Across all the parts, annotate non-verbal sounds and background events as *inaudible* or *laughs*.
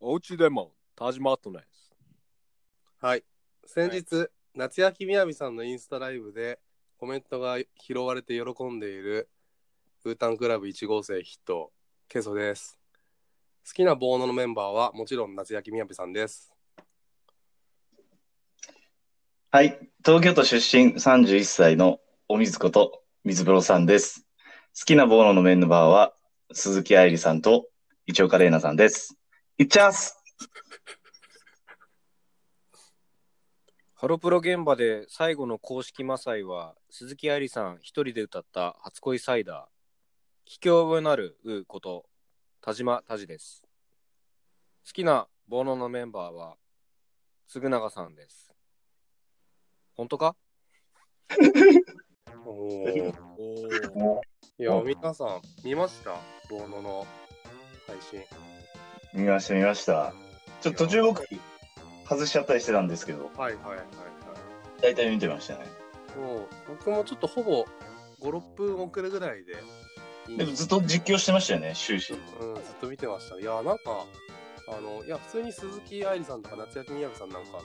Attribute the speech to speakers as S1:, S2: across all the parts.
S1: おうちでも始まってないです。
S2: はい。先日、夏焼みやびさんのインスタライブでコメントが拾われて喜んでいるウータンクラブ1号生筆頭、ケソです。好きなボーノのメンバーはもちろん夏焼みやびさんです。
S3: はい。東京都出身31歳のお水子と水風呂さんです。好きなボーノのメンバーは鈴木愛理さんと一岡玲奈さんです。いっちゃーす
S4: ハロプロ現場で最後の公式マサイは鈴木愛理さん一人で歌った初恋サイダー。聞き覚えのあるうこと田島田地です。好きなボノのメンバーは嗣永さんです。本当か
S2: おー
S1: お
S2: いや、皆さん見ましたボーノの配信。
S3: 見ました見ました。ちょっと途中僕外しちゃったりしてたんですけど、
S2: はいはいはいはい。
S3: 大体見てましたね。
S2: もう僕もちょっとほぼ5、6分遅れぐらいで。
S3: でもずっと実況してましたよね、終始。
S2: うん、ずっと見てました。いや、なんか、あの、いや、普通に鈴木愛理さんとか夏焼みやびさんなんかの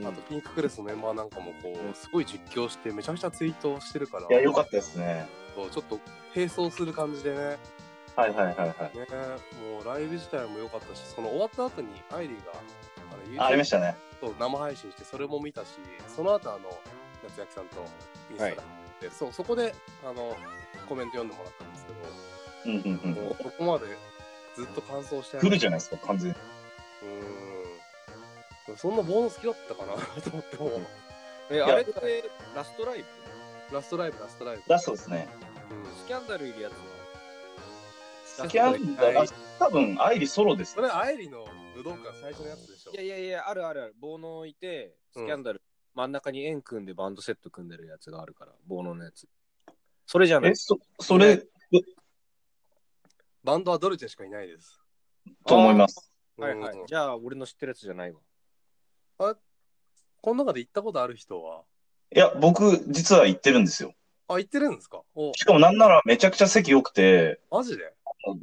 S2: ね、あとピンククレスのメンバーなんかもこう、すごい実況して、めちゃめちゃツイートしてるから、
S3: いや、よかったですね。
S2: そうちょっと並走する感じでね、
S3: はいはいはいはい。
S2: ね、もうライブ自体も良かったし、その終わった後に愛理が、あ
S3: あありましたね。
S2: そう生配信してそれも見たしその後あの夏焼さんとインスタライブで、そうそこであのコメント読んでもらったんですけ
S3: うんうんう
S2: ど、
S3: ん。
S2: もうここまでずっと感想して
S3: フルじゃ
S2: ない
S3: ないですか、完全に。
S2: うーんそんなボーノ好きだったかな *laughs* と思ってもう
S4: え、あれってラストライブ
S2: ラストライブラストライブ
S3: ラストですね。
S2: うん
S4: スキャンダルいるやつの。
S3: スキャンダル、あ多分、愛理ソロです
S2: そ。れ愛理の武道館最初のやつでしょ
S4: いやいやいや、あるあるある。ボノいて、スキャンダル、真ん中に円組んでバンドセット組んでるやつがあるから、ボノのやつ。それじゃない
S3: え、。そ、それ、
S2: バンドはドルチェしかいないです
S3: と思います。
S4: はいはい
S2: うん。
S4: じゃあ、俺の知ってるやつじゃないわ。
S2: この中で行ったことある人はい
S3: や、僕、実は行ってるんですよ。
S2: あ行ってるんですかお
S3: しかもなんならめちゃくちゃ席良くて、
S2: マジで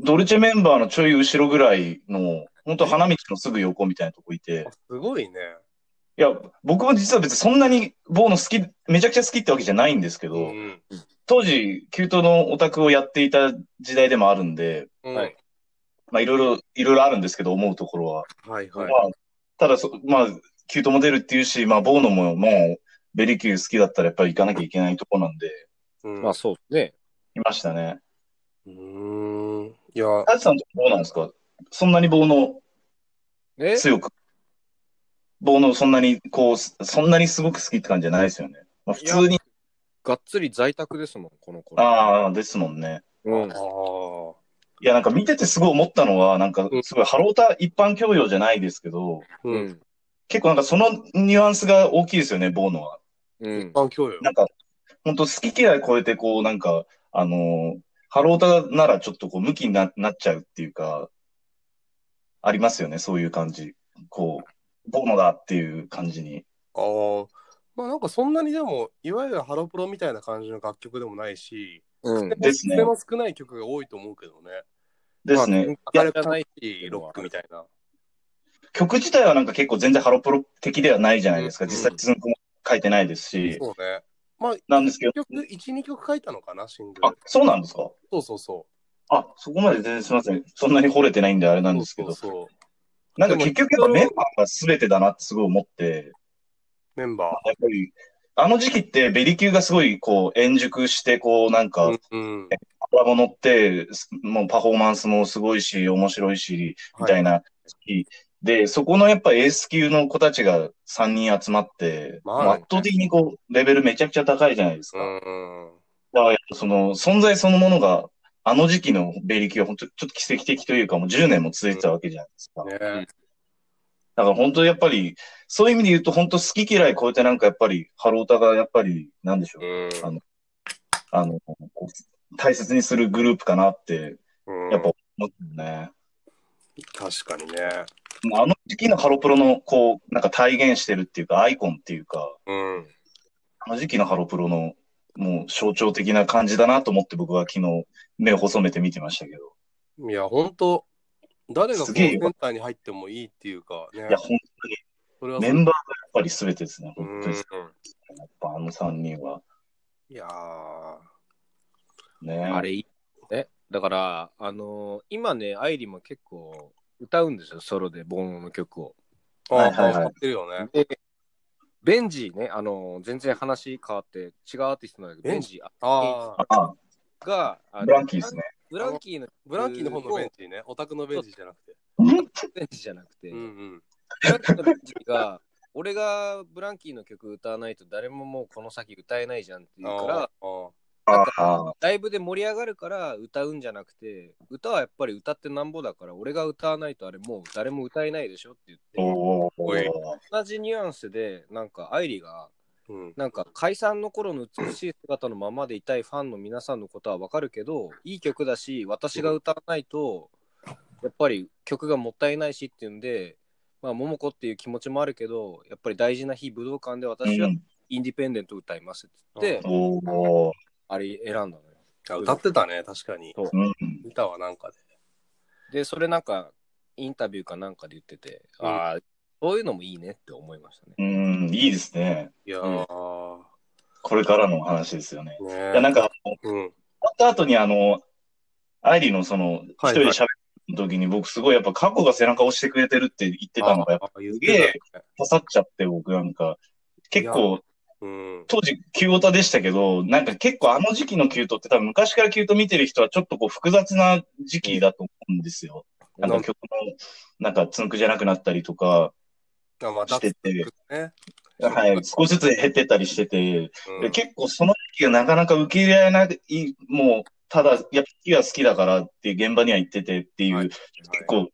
S3: ドルチェメンバーのちょい後ろぐらいの、本当花道のすぐ横みたいなとこいて
S2: あ、すごいね
S3: いや、僕も実は別にそんなにボーノ好き、めちゃくちゃ好きってわけじゃないんですけど、
S2: ん
S3: 当時、キュートのオタクをやっていた時代でもあるんで、
S2: うん
S4: はい
S3: まあいろいろ、いろいろあるんですけど、思うところは。
S2: はいはい
S3: まあ、ただそ、まあ、キュートも出るっていうし、まあ、ボーノももう、ベリキュー好きだったらやっぱり行かなきゃいけないとこなんで、
S2: うん
S4: まあ、そうね。
S3: いましたね。
S2: うーん。いや、
S3: タチさんとこどうなんですかそんなにボーノ
S4: え
S3: 強く。ボーノそんなに、こう、すそんなにすごく好きって感じじゃないですよね。まあ、普通に、
S4: がっつり在宅ですもん、この頃。
S3: ああ、ですもんね。
S4: うん
S2: あ。あ。
S3: いや、なんか見ててすごい思ったのは、なんか
S2: うん
S3: すごいハロータ一般教養じゃないですけど、
S2: う。
S4: うんん。
S3: 結構なんかそのニュアンスが大きいですよね、ボーノは。
S4: うん。
S2: 環境よ。
S3: なんか、本当好き嫌い超えて、こう、なんか、あのーハロータならちょっとこう、向きにななっちゃうっていうか、ありますよね、そういう感じ。こう、ボーノだっていう感じに。
S2: ああ。まあなんかそんなにでも、いわゆるハロプロみたいな感じの楽曲でもないし、
S4: うん。
S3: ですね
S2: 癖の少ない曲が多いと思うけどね。
S3: ですね。
S4: いや
S2: 明るくないし、ロックみたいな。
S3: 曲自体はなんか結構全然ハロプロ的ではないじゃないですか。
S2: うん
S3: 実際、ズンコも書いてないですし、
S2: そうね。まあ、
S3: なんですけど、
S2: 結局、1、2曲書いたのかな、シング
S3: あ
S2: ル。、
S3: そうなんですか
S2: そうそうそ
S3: あ、そこまで全然すみません。そんなに惚れてないんであれ
S2: う。
S3: なんですけど、
S2: そうそうそう
S3: なんか結局やっぱメンバーが全てだなってすごい思って、
S2: メンバ
S3: やっぱり、あの時期ってベリキューがすごいこう、円熟して、こう、なんか、
S2: ー。うん。
S3: ラボ乗って、すもうパフォーマンスもすごいし、面白いし、みたいな時期で、そこのやっぱエース級の子たちが3人集まって、
S2: まあ
S3: もう圧倒的にこう、レベルめちゃくちゃ高いじゃないですか。
S2: うん。
S3: だから、その、存在そのものが、あの時期のベリキューは本当ちょっと奇跡的というか、もう10年も続いてたわけじゃないですか。
S2: ね
S3: だから本当やっぱり、そういう意味で言うと本当好き嫌い超えてなんかやっぱり、ハロータがやっぱり、なんでしょう、
S2: うん。
S3: あの、こう大切にするグループかなって、
S2: うん
S3: やっぱ思ってね。
S2: 確かにね。
S3: あの時期のハロプロの、こう、なんか体現してるっていうか、アイコンっていうか、
S2: うん。
S3: あの時期のハロプロの、もう象徴的な感じだなと思って僕は昨日目を細めて見てましたけど。
S2: いや、本当誰がこ
S3: す
S2: う
S3: げえ
S2: セ
S3: よ
S2: ンターに入ってもいいっていうかね
S3: いや、本当に
S2: それは
S3: メンバーがやっぱり全てですね、
S2: う
S3: 本
S2: ん
S3: 当に。やっぱあの3人は。
S2: いやー
S3: ね。
S4: あれいいね。だから、あのー今ね、愛理も結構歌うんですよ、ソロで、ボーノの曲を。
S3: はいはいはい
S2: ああ歌ってるよね
S4: で、ベンジーね、あのー全然話変わって、違うアーティストなんだけど、
S2: ベ
S4: ベ
S2: ン
S4: ン
S2: ジ
S4: ジ
S2: ああ
S3: あ、
S4: ーが、あの
S3: ブランキーですね。
S4: ブランキーの、
S2: ブ
S4: ブ
S2: ラ
S4: ラ
S2: ン
S4: ン
S2: キ
S4: キ
S2: ー
S4: ー
S2: の
S4: の
S2: 方
S4: 方の
S2: の
S4: ベ
S2: ベン
S4: ン
S2: チねオタクのベンチじゃなくて
S4: ジーじゃなくて、
S2: うんうん
S4: ブランキーのベンジーが、俺がブランキーの曲歌わないと誰ももうこの先歌えないじゃんっていうか
S2: あ
S4: ら、
S2: あ
S3: ああ、
S4: ライブで盛り上がるから歌うんじゃなくて、歌はやっぱり歌ってなんぼだから、俺が歌わないとあれもう誰も歌えないでしょって言って、
S3: おお。
S2: おい
S4: 同じニュアンスで、なんか愛理が、
S2: うん
S4: なんか解散の頃の美しい姿のままでいたいファンの皆さんのことはわかるけど、いい曲だし、私が歌わないと、やっぱり曲がもったいないしっていうんで、まあ、桃子っていう気持ちもあるけど、やっぱり大事な日、武道館で私は
S3: うん
S4: インディペンデント歌いますって言って、
S3: おお。
S4: あれ選んだのよ。
S2: あ歌ってたね確かに
S3: うん。
S2: 見たわなんかで
S4: で、それなんか、インタビューかなんかで言ってて、
S2: うん
S4: ああ、そういうのもいいねって思いましたね。
S3: うん、いいですね。
S2: いやー
S3: これからのお話ですよね。
S2: ね
S3: いや、なんか、終
S2: うん
S3: わった後に、あの、アイリーのその、一
S2: はい
S3: 人で喋る時に、僕すごいやっぱ過去が背中を押してくれてるって言ってたのが、やっぱ
S2: ああ言っ
S3: すげえ
S2: てたね
S3: 刺さっちゃって、僕なんか、結
S2: い
S3: 構、
S2: うん
S3: 当時、キューオタでしたけど、なんか結構あの時期のキュートって多分昔からキュート見てる人はちょっとこう複雑な時期だと思うんですよ。あの曲の、なんかつんくじゃなくなったりとか
S2: あまあ
S3: してて、
S2: ね
S3: はい、少しずつ減ってたりしてて、
S2: うん
S3: で結構その時期がなかなか受け入れられない、もう、ただ、やっぱ好きは好きだからって現場には行っててっていう、
S2: はい
S3: 結構、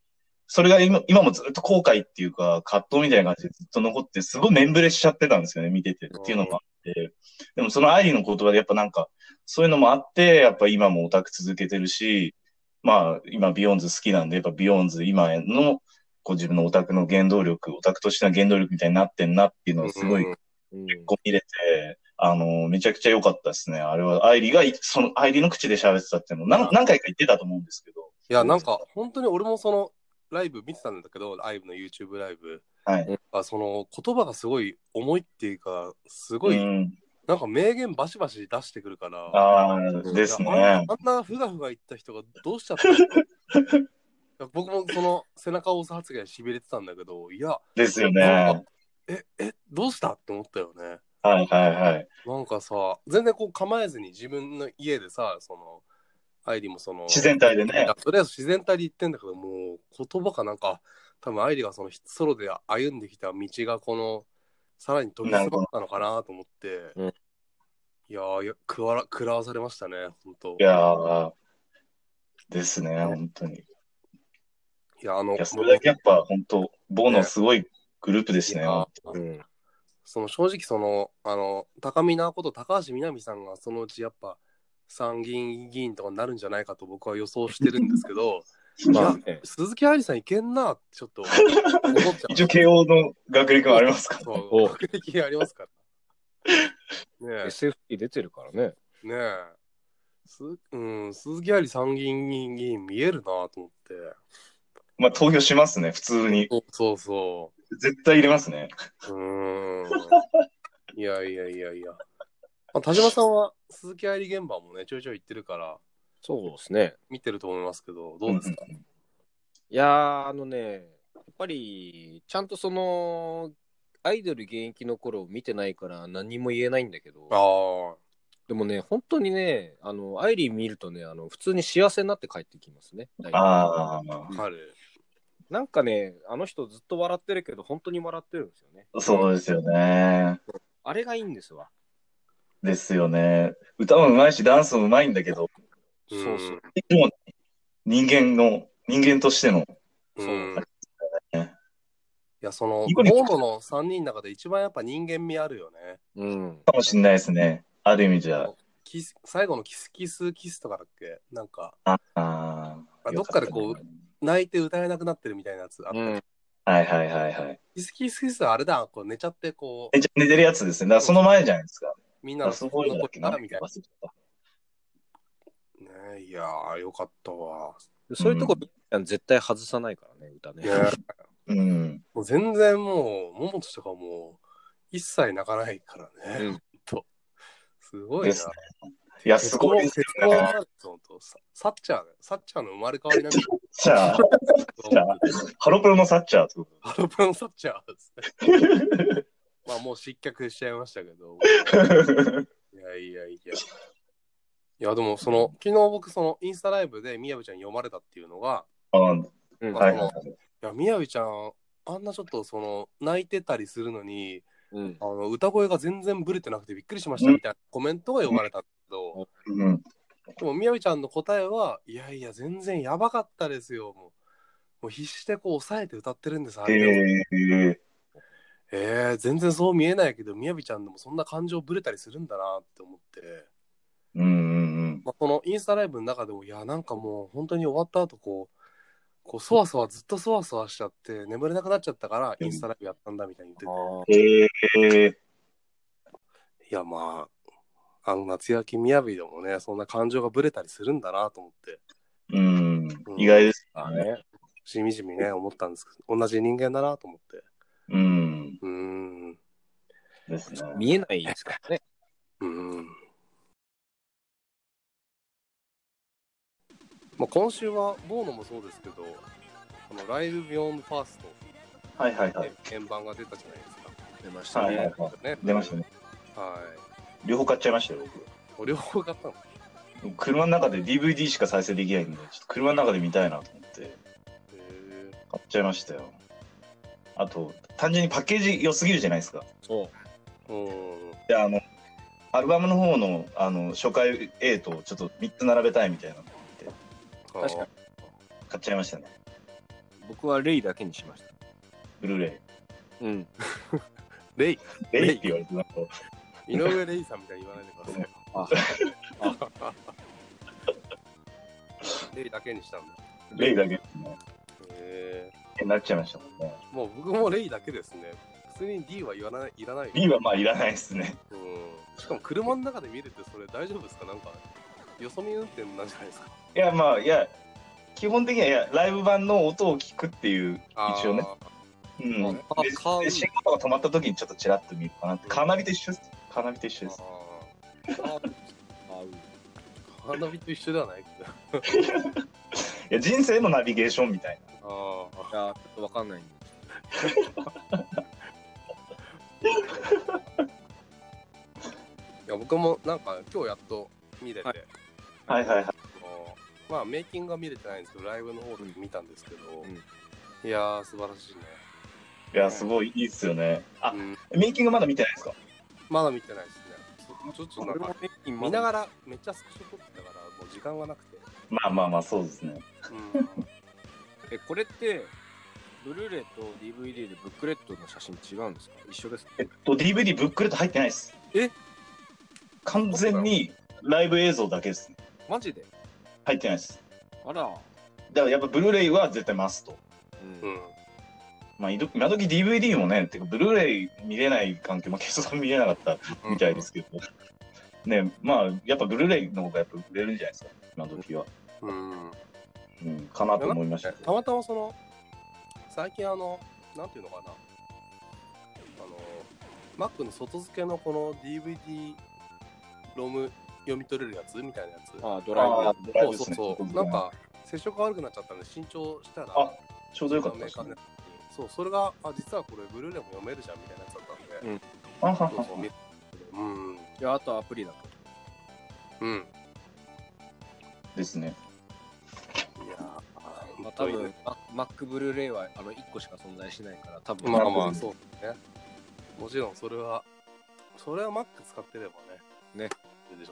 S3: それが今今もずっと後悔っていうか、葛藤みたいな感じでずっと残って、すごい面ぶれしちゃってたんですよね、見てて。っていうのもあって。でもその愛理の言葉でやっぱなんか、そういうのもあって、やっぱ今もオタク続けてるし、まあ今ビヨンズ好きなんで、やっぱビヨンズ今への、こう自分のオタクの原動力、オタクとしての原動力みたいになってんなっていうのをすごい
S2: うん
S4: うん、
S3: 込み入れて、あの、めちゃくちゃ良かったですね。あれは、愛理がい、その、愛理の口で喋ってたっていうのを何何回か言ってたと思うんですけど。
S2: いや、なんか、本当に俺もその、ライブ見てたんだけど、ライブの YouTube ライブ。
S3: はい
S2: あその、言葉がすごい重いっていうか、すごい、
S3: うん、
S2: なんか名言バシバシ出してくるから。
S3: ああ、
S2: い
S3: で
S2: や
S3: す
S2: あん
S3: ね。
S2: あんなふがふが言った人がどうしちゃったのい
S3: *laughs*
S2: や僕もその背中を押す発言しびれてたんだけど、いや、
S3: ですよね。
S2: なんかえ、え、どうしたって思ったよね。
S3: はいはいはい。
S2: なんかさ、全然こう構えずに自分の家でさ、その、アイリもその、
S3: 自然体でね
S2: いやとりあえず自然体で言ってんだけど、もう言葉かなんか、多分アイリがそのソロで歩んできた道がこの、さらに飛び進まったのかなと思って、
S4: うん
S2: いやーいや食わら、食らわされましたね、本当
S3: いやー、ですね、本当に。い
S2: いや、あの、
S3: や、それだけやっぱ本当、ボーノ
S2: ね
S3: すごいグループです
S2: い
S3: ね。
S2: やー
S4: うん
S2: その正直その、あの、高見なこと高橋みなみさんがそのうちやっぱ、参議院議員とかになるんじゃないかと僕は予想してるんですけ
S3: *laughs*
S2: ど、
S4: まあね、
S2: 鈴木愛理さんいけんなってちょっと思っちゃう。
S3: 一応、慶応の学歴もありま
S2: *laughs*
S3: すか
S2: そ
S4: お
S2: う、学歴ありますから。ね
S4: SFT 出てるからね。
S2: え、ねえ。すうん、鈴木愛理参議院議員見えるなと思って。
S3: まあ、投票しますね、普通に。
S2: そうそうそ
S3: 絶対入れますね。
S2: う。うーん。いやいやいやいや。まあ、田島さんは鈴木愛理現場もね、ちょいちょい行ってるから、
S4: そうですね。
S2: 見てると思いますけど、どうですか、
S3: うん
S4: いやー、あのね、やっぱり、ちゃんとその、アイドル現役の頃を見てないから何も言えないんだけど、
S2: ああ。
S4: でもね、本当にね、あの、アイリー見るとね、あの、普通に幸せになって帰ってきますね。
S3: あ
S2: ある。
S4: なんかね、あの人ずっと笑ってるけど、本当に笑ってるんですよね。
S3: あ、そうですよね。
S4: あれがいいんですわ。
S3: ですよね。歌も上手いし、ダンスも上手いんだけど、
S4: そうそう。
S3: 人間の、人間としての、
S2: うん。
S4: そう
S2: いや、その、
S3: ニコニコ
S2: ボーノの3人の中で一番やっぱ人間味あるよね。
S4: うん。
S3: かもしれないですね。ある意味じゃ。
S2: キス最後のキスキスキスとかだっけなんか、
S3: ああ
S2: あ
S3: ー。
S2: どっかでこう
S3: よったね
S2: 泣いて歌えなくなってるみたいなやつあった。
S4: うん。
S3: はいはいはいはい。
S2: キスキスキスはあれだ、こう寝ちゃって、こ
S3: え、じゃあ寝てるやつですね。だからその前じゃないですか。
S2: う、みんな
S3: あ
S2: の
S3: そこだっけな。
S2: みたい
S3: 忘れちゃっ
S2: な。ねいやー、よかったわ。
S4: そういうとこ、絶対外さないからね、歌ね。
S2: いや
S3: うん。
S2: もう全然もう、ももととかもう、一切泣かないからね。
S4: うん
S2: ほんと。すごい
S3: で
S2: な。
S3: すね。いや、すごいです
S2: 結婚
S3: よね。
S2: なんですよほんとササッチャーね、サッチャーの生まれ変わりなんだ
S3: じゃあ、じゃあハロプロのサッチャーってこ
S2: ハロプロのサッチャーですね。
S3: と
S2: まあもう失脚しちゃいましたけど。いやいやいや。いやでもその、昨日僕そのインスタライブでみやべちゃん読まれたっていうのが、
S3: あはい
S4: うん
S2: まあ
S3: はい
S2: その
S3: はい
S2: い。や、みやべちゃん、あんなちょっとその、泣いてたりするのに、
S4: うん
S2: あの歌声が全然ブレてなくてびっくりしましたみたいなコメントが読まれたんだけど、
S3: うん。
S2: でもみやべちゃんの答えは、いやいや、全然やばかったですよ、もう。もう必死でこう抑えて歌ってるんです、あ
S3: え
S2: れを
S3: ー、
S2: えー、全然そう見えないけど、みやびちゃんでもそんな感情ぶれたりするんだなって思って、
S3: うんうん
S2: まあ、このインスタライブの中でも、いや、なんかもう本当に終わった後こう、こうそわそわずっとそわそわしちゃって眠れなくなっちゃったからインスタライブやったんだみたいに言って
S4: あー
S3: うん。えー、
S2: ていやまああの夏焼きみやびでもねそんな感情がぶれたりするんだなと思って
S3: うん。意外です
S4: あーね。
S2: しみじみね思ったんですけど同じ人間だなと思って
S3: うん。
S2: うーん
S3: ですね。
S4: 見えないですからね。
S2: うーん、まあ、今週はボーノもそうですけどこのライブビヨンドファースト、
S3: はいはいはい
S2: ね。円盤が出たじゃないですか、
S4: 出まし
S3: は
S4: た
S3: いはい
S4: ね。
S3: はい。
S2: ね
S3: 出ましたね。
S2: はい
S3: 両方買っちゃいましたよ、僕。
S2: お両方買ったの
S3: 車の中で DVD しか再生できないんで、ちょっと車の中で見たいなと思って
S2: へ
S3: 買っちゃいましたよ。あと、単純にパッケージ良すぎるじゃないですか。
S4: そう。
S2: ーうん
S3: で、あの、アルバムの方のあの初回 A とちょっと3つ並べたいみたいなの
S4: 確かに
S3: 買っちゃいましたね。
S4: 僕はレイだけにしました。
S3: ブルーレ
S4: うん。
S2: レイ
S3: イ。レイって言われてなんか
S2: 井上レイさんみたいに言わないでください
S4: あ *laughs*
S2: レイだけにしたんだ
S3: レイだけですね。
S2: へ
S3: なっちゃいましたもんね。
S2: ーもう僕もレイだけですね普通に D は言わないいらないよ
S3: B はまあいらないですね。
S2: うんしかも車の中で見るってそれ大丈夫ですかなんかよそ見運転なんじゃないですか
S3: いやまあ、いや、基本的にはいやライブ版の音を聞くっていう、一応ね。うん。
S2: あ
S3: で
S2: あ買う
S3: で信号とか止まった時にちょっとチラッと見るかなって。カーナビと一緒です。カーナビと一緒です。
S2: あーカーナビと一緒ではないけど
S3: いや人生のナビゲーションみたい
S2: あ
S4: いやーちょっとわかんないんで。
S2: ーいや僕もなんか今日やっと見れて、
S4: はい
S3: な。はいはいはい。
S2: あのまあメイキングは見れてないんですけどライブの方で見たんですけど、
S4: うん
S2: いやー素晴らしいね、
S3: いや、すごいいいっすよね。あ
S2: う、ん
S3: メイキングまだ見てないですか
S2: まだ見てないですねちょちょっとなんか見なが
S4: ら。
S2: らめっちゃスクショ撮ってたからもう時間がなくて、
S3: まあまあまあ、そうですね。
S4: え、これって、ブルーレイと DVD でブックレットの写真違うんですか一緒ですか
S3: えっと、DVD ブックレット入ってないです。
S4: え
S3: 完全にライブ映像だけですね。
S4: マジで
S3: 入ってないです。
S4: あら。
S3: だからやっぱブルーレイは絶対マスト。
S4: うん
S2: うん、
S3: まあ、いど今時 DVD もね、てかブルーレイ見れない環境、まあ、結局見れなかったみたいですけど、ね、まあ、やっぱブルーレイの方がやっぱ売れるんじゃないですか、今時は。
S2: うん
S3: うん、かなと思いましたけ
S2: た
S3: ど。
S2: またまその最近あのなんていうのかなあの Mac の外付けのこの DVD ロム読み取れるやつみたいなやつ
S4: あー、ドライブ
S3: ああ、ドライ
S2: そう
S3: ブで
S2: そ
S3: す
S2: う
S3: ね。
S2: そうなんか接触が悪くなっちゃったんで新調したら
S3: あちょうどよかったです
S2: メ
S3: ね
S2: ー。カーのやつにそうそれがあ実はこれブルーレイも読めるじゃんみたいなやつだったんで、
S3: あはは
S2: そうそう見うん
S4: いや、あとアプリだ
S2: うん
S3: ですね。
S2: いやー
S4: と。まあ、多分、マックブルーレイはあの1個しか存在しないから、多分。
S2: まあまあそうねもちろんそれはそれは Mac 使ってればね
S4: ね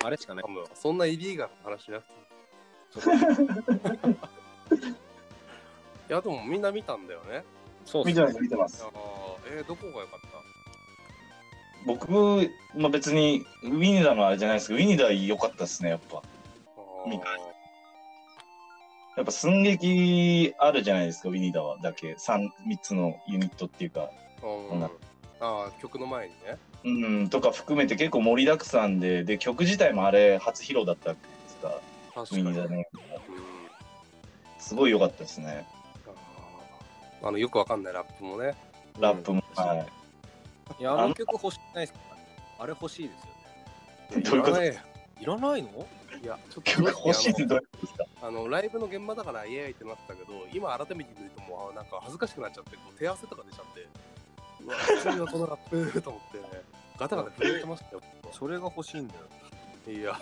S4: あれしかない
S2: 多分そんなイリーガルな話しなくていいいやでもみんな見たんだよね
S4: そう
S3: 見てます、見てます
S2: あ。あえー、どこが良かった
S3: 僕、まあ、別にウィニダのあれじゃないですけどウィニダ良かったですねやっぱ
S2: あー
S3: 見たやっぱ寸劇あるじゃないですかウィニダはだけ 3, 3つのユニットっていうか
S2: うんあー曲の前にね
S3: うんとか含めて結構盛りだくさんでで曲自体もあれ初披露だったんですか
S2: 確
S3: ウ
S2: かに、う
S3: ィニ
S2: ん、
S3: ダねすごい良かったですね。
S2: あのよくわかんないラップもね。
S3: ラップも。
S4: うん
S3: はい
S4: や、あの曲欲しくないですかあれ欲しいですよね。
S3: い。どういうこと
S2: らない
S4: いらないの
S2: いや、ちょっと
S3: 曲欲しいってどういうことですか
S2: あのライブの現場だからイエーイってなってたけど今改めて見るともうあなんか恥ずかしくなっちゃってこう手汗とか出ちゃってうわ普通のこのラップと思ってねガタガタ震えてましたよ
S4: それが欲しいんだよ。
S2: いや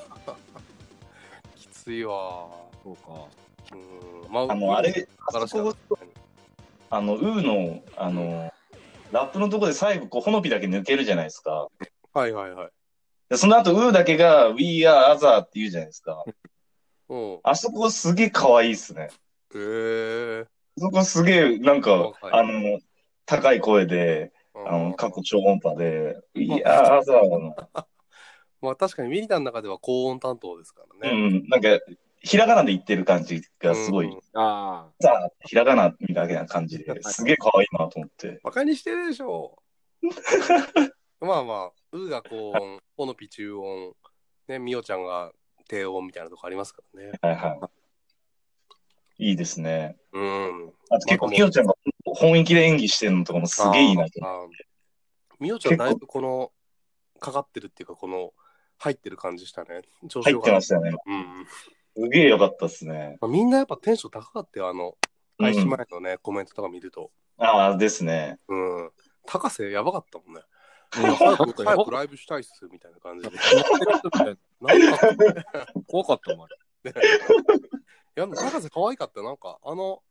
S2: *laughs* きついわ
S4: そうか。
S2: うんま
S3: あの、あれ、
S2: から
S3: あ
S2: しか
S3: そこ、あの、ウーの、あの、ラップのとこで最後、こう、ほのぴだけ抜けるじゃないですか。
S2: はいはいはい
S3: でその後、ウーだけが、We are other って言うじゃないですか。
S2: うんへ
S3: あそこすげえ可愛いっすね。
S2: えー
S3: あそこすげえ、なんか、
S2: はい
S3: あの、高い声で、
S2: うん
S3: あの、過去超音波で、We are other の、
S2: まあ確かにミリタの中では高音担当ですから
S3: う
S2: ね、
S3: ん、なんか、ひらがなで言ってる感じがすごい、
S2: うん
S4: ああ。
S3: さあ、ひらがなみたいな感じですげえ可愛いなと思って。
S2: バカにしてるでしょ
S3: *laughs*
S2: まあまあ、ウーが高音、ポノピ中音、ね、ミオちゃんが低音みたいなとこありますからね。
S3: はいはい。いいですね。
S2: うん。
S3: あと結構、きよちゃんが本意気で演技してるのとかもすげえいいなと思って。
S2: あーミオちゃんだいぶこの、かかってるっていうか、この、入ってる感じしたね。調子
S3: 入
S2: よ
S3: って
S2: か
S3: ま
S2: っ
S3: したよね。
S2: た。うんうん。
S3: すげえ良かったですね。
S2: まあ、みんなやっぱテンション高かったよ、あの、
S3: うん
S2: 開始前のね、コメントとか見ると。
S3: ああ、ですね。
S2: うん。高瀬やばかったも
S3: *laughs*
S2: んね。
S4: 怖
S2: 早
S4: か
S2: く
S4: った
S2: 早
S4: よ
S2: く。ライブしたいっすみたいな感じで。
S4: *laughs*
S2: なんか
S4: 怖かったもん。
S2: いや、高瀬可愛かったよ。なんか、あの、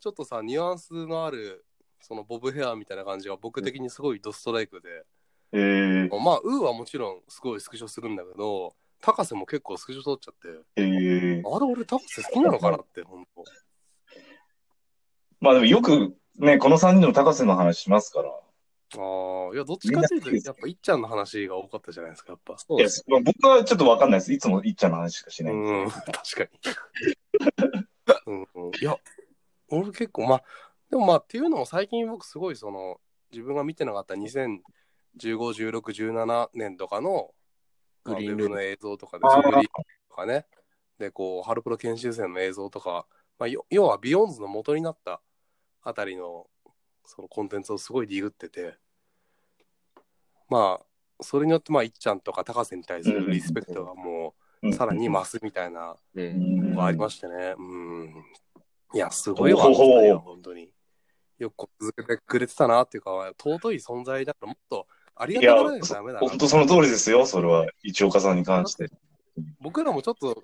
S2: ちょっとさ、ニュアンスのある、そのボブヘアみたいな感じが僕的にすごいドストライクで、
S3: えー、
S2: まあ、ウーはもちろんすごいスクショするんだけど、高瀬も結構スクショ取っちゃって、
S3: えー。
S2: あれ俺高瀬好きなのかなって、ほんと。
S3: まあでもよくね、この3人の高瀬の話しますから。
S2: ああ、いや、どっちかっていうと、やっぱいっちゃんの話が多かったじゃないですか、やっぱ。
S4: そう
S3: いや
S4: です。
S3: まあ僕はちょっとわかんないです。いつもいっちゃんの話しかしない。
S2: うん、確かに。うんうん、いや、俺結構、まあ、でもまあ、っていうのも最近僕すごいその、自分が見てなかった2015、16、17年とかの、
S4: グリーン
S2: まあウェブ
S4: ルーム
S2: の映像とかで、
S3: あ
S2: そ
S3: ー
S2: うグリーンとかね、で、こう、ハルプロ研修生の映像とか、まあ、よ要はビヨンズの元になったあたりの、そのコンテンツをすごいディグってて、まあ、それによって、まあ、いっちゃんとか高瀬に対するリスペクトがもう、
S3: うん
S2: さらに増すみたいな
S4: う。
S3: うんん
S2: のがありましてね。うん。いや、すごいわ、
S3: ほほほ
S2: いや本当に。よく続けてくれてたなっていうか、尊い存在だから、もっとありがたがらないとダメだな。
S3: 本当その通りですよ。それは、一岡さんに関して。
S2: 僕らもちょっと、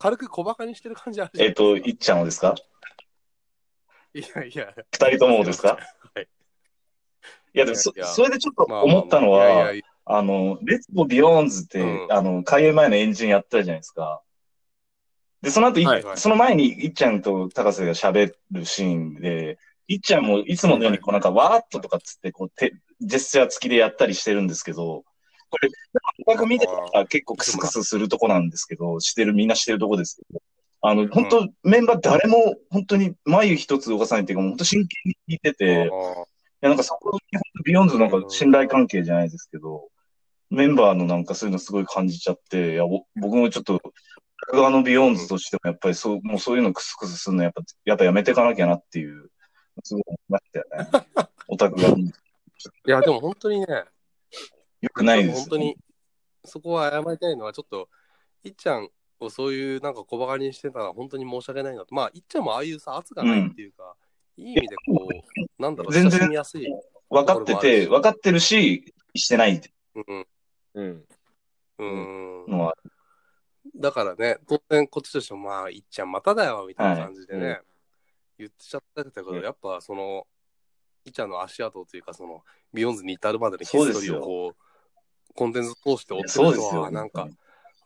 S2: 軽く小馬鹿にしてる感じあるじゃ
S3: え
S2: な
S3: っ
S2: い
S3: と、いっちゃんをですか
S2: ですか。いやいや、
S3: 二人ともをです
S2: は
S3: か
S2: い
S3: いや、でもそ
S2: いやいや
S3: それでちょっと
S2: まあ
S3: 思ったの
S2: まあまあいや
S3: は
S2: や、
S3: い
S2: い
S3: あの、レッツゴービヨーンズって、
S2: うん
S3: あの、開演前のエンジンやったじゃないですか。で、その後、い
S2: はいはい
S3: その前に、いっちゃんと高瀬が喋るシーンで、いっちゃんもいつものように、こうなんか、わーっととかっつって、こう、手、ジェスチャー付きでやったりしてるんですけど、これ、なんか僕見てたら結構クスクスするとこなんですけど、してる、みんなしてるとこですけど、あの、本当メンバー誰も、本当に眉一つ動かさないっていうか、もう本当真剣に聞いてて、
S2: やあ
S3: いや、なんかそこに本当ビヨンズのなんか信頼関係じゃないですけど、メンバーのなんかそういうのすごい感じちゃって、いや、ぼ僕もちょっと、僕側のビヨンズとしてもやっぱりそう、もうそういうのクスクスするのやっぱ、やっぱやめていかなきゃなっていう、すごい思いましたよね。
S2: *laughs*
S3: オタクが。よ
S2: ーいやでも本当にね、
S3: くないです。
S2: 本当に。、そこは謝りたいのは、ちょっと、いっちゃんをそういうなんか小馬鹿にしてたら本当に申し訳ないなと。まあ、いっちゃんもああいうさ、圧がないっていうか、いい意味でこう、なんだろう、
S3: 全
S2: 親
S3: 然
S2: しみやすい。
S3: 分かってて、分かってるし、してない
S2: うん。
S4: うん。
S2: うん。
S3: のは、
S2: だからね、当然こっちとしても、まあ、いっちゃんまただよ、みたいな感じでね、
S4: は
S2: 言ってちゃったけど、
S4: うん
S2: やっぱその、いっちゃんの足跡というか、その、ビヨンズに至るまでのヒ
S3: そうで
S2: スト
S3: す
S2: リ
S3: よ
S2: ーをこう、コンテンツ通して追って
S3: そう
S2: る
S3: で
S2: と
S3: すよ。
S2: は、なんか、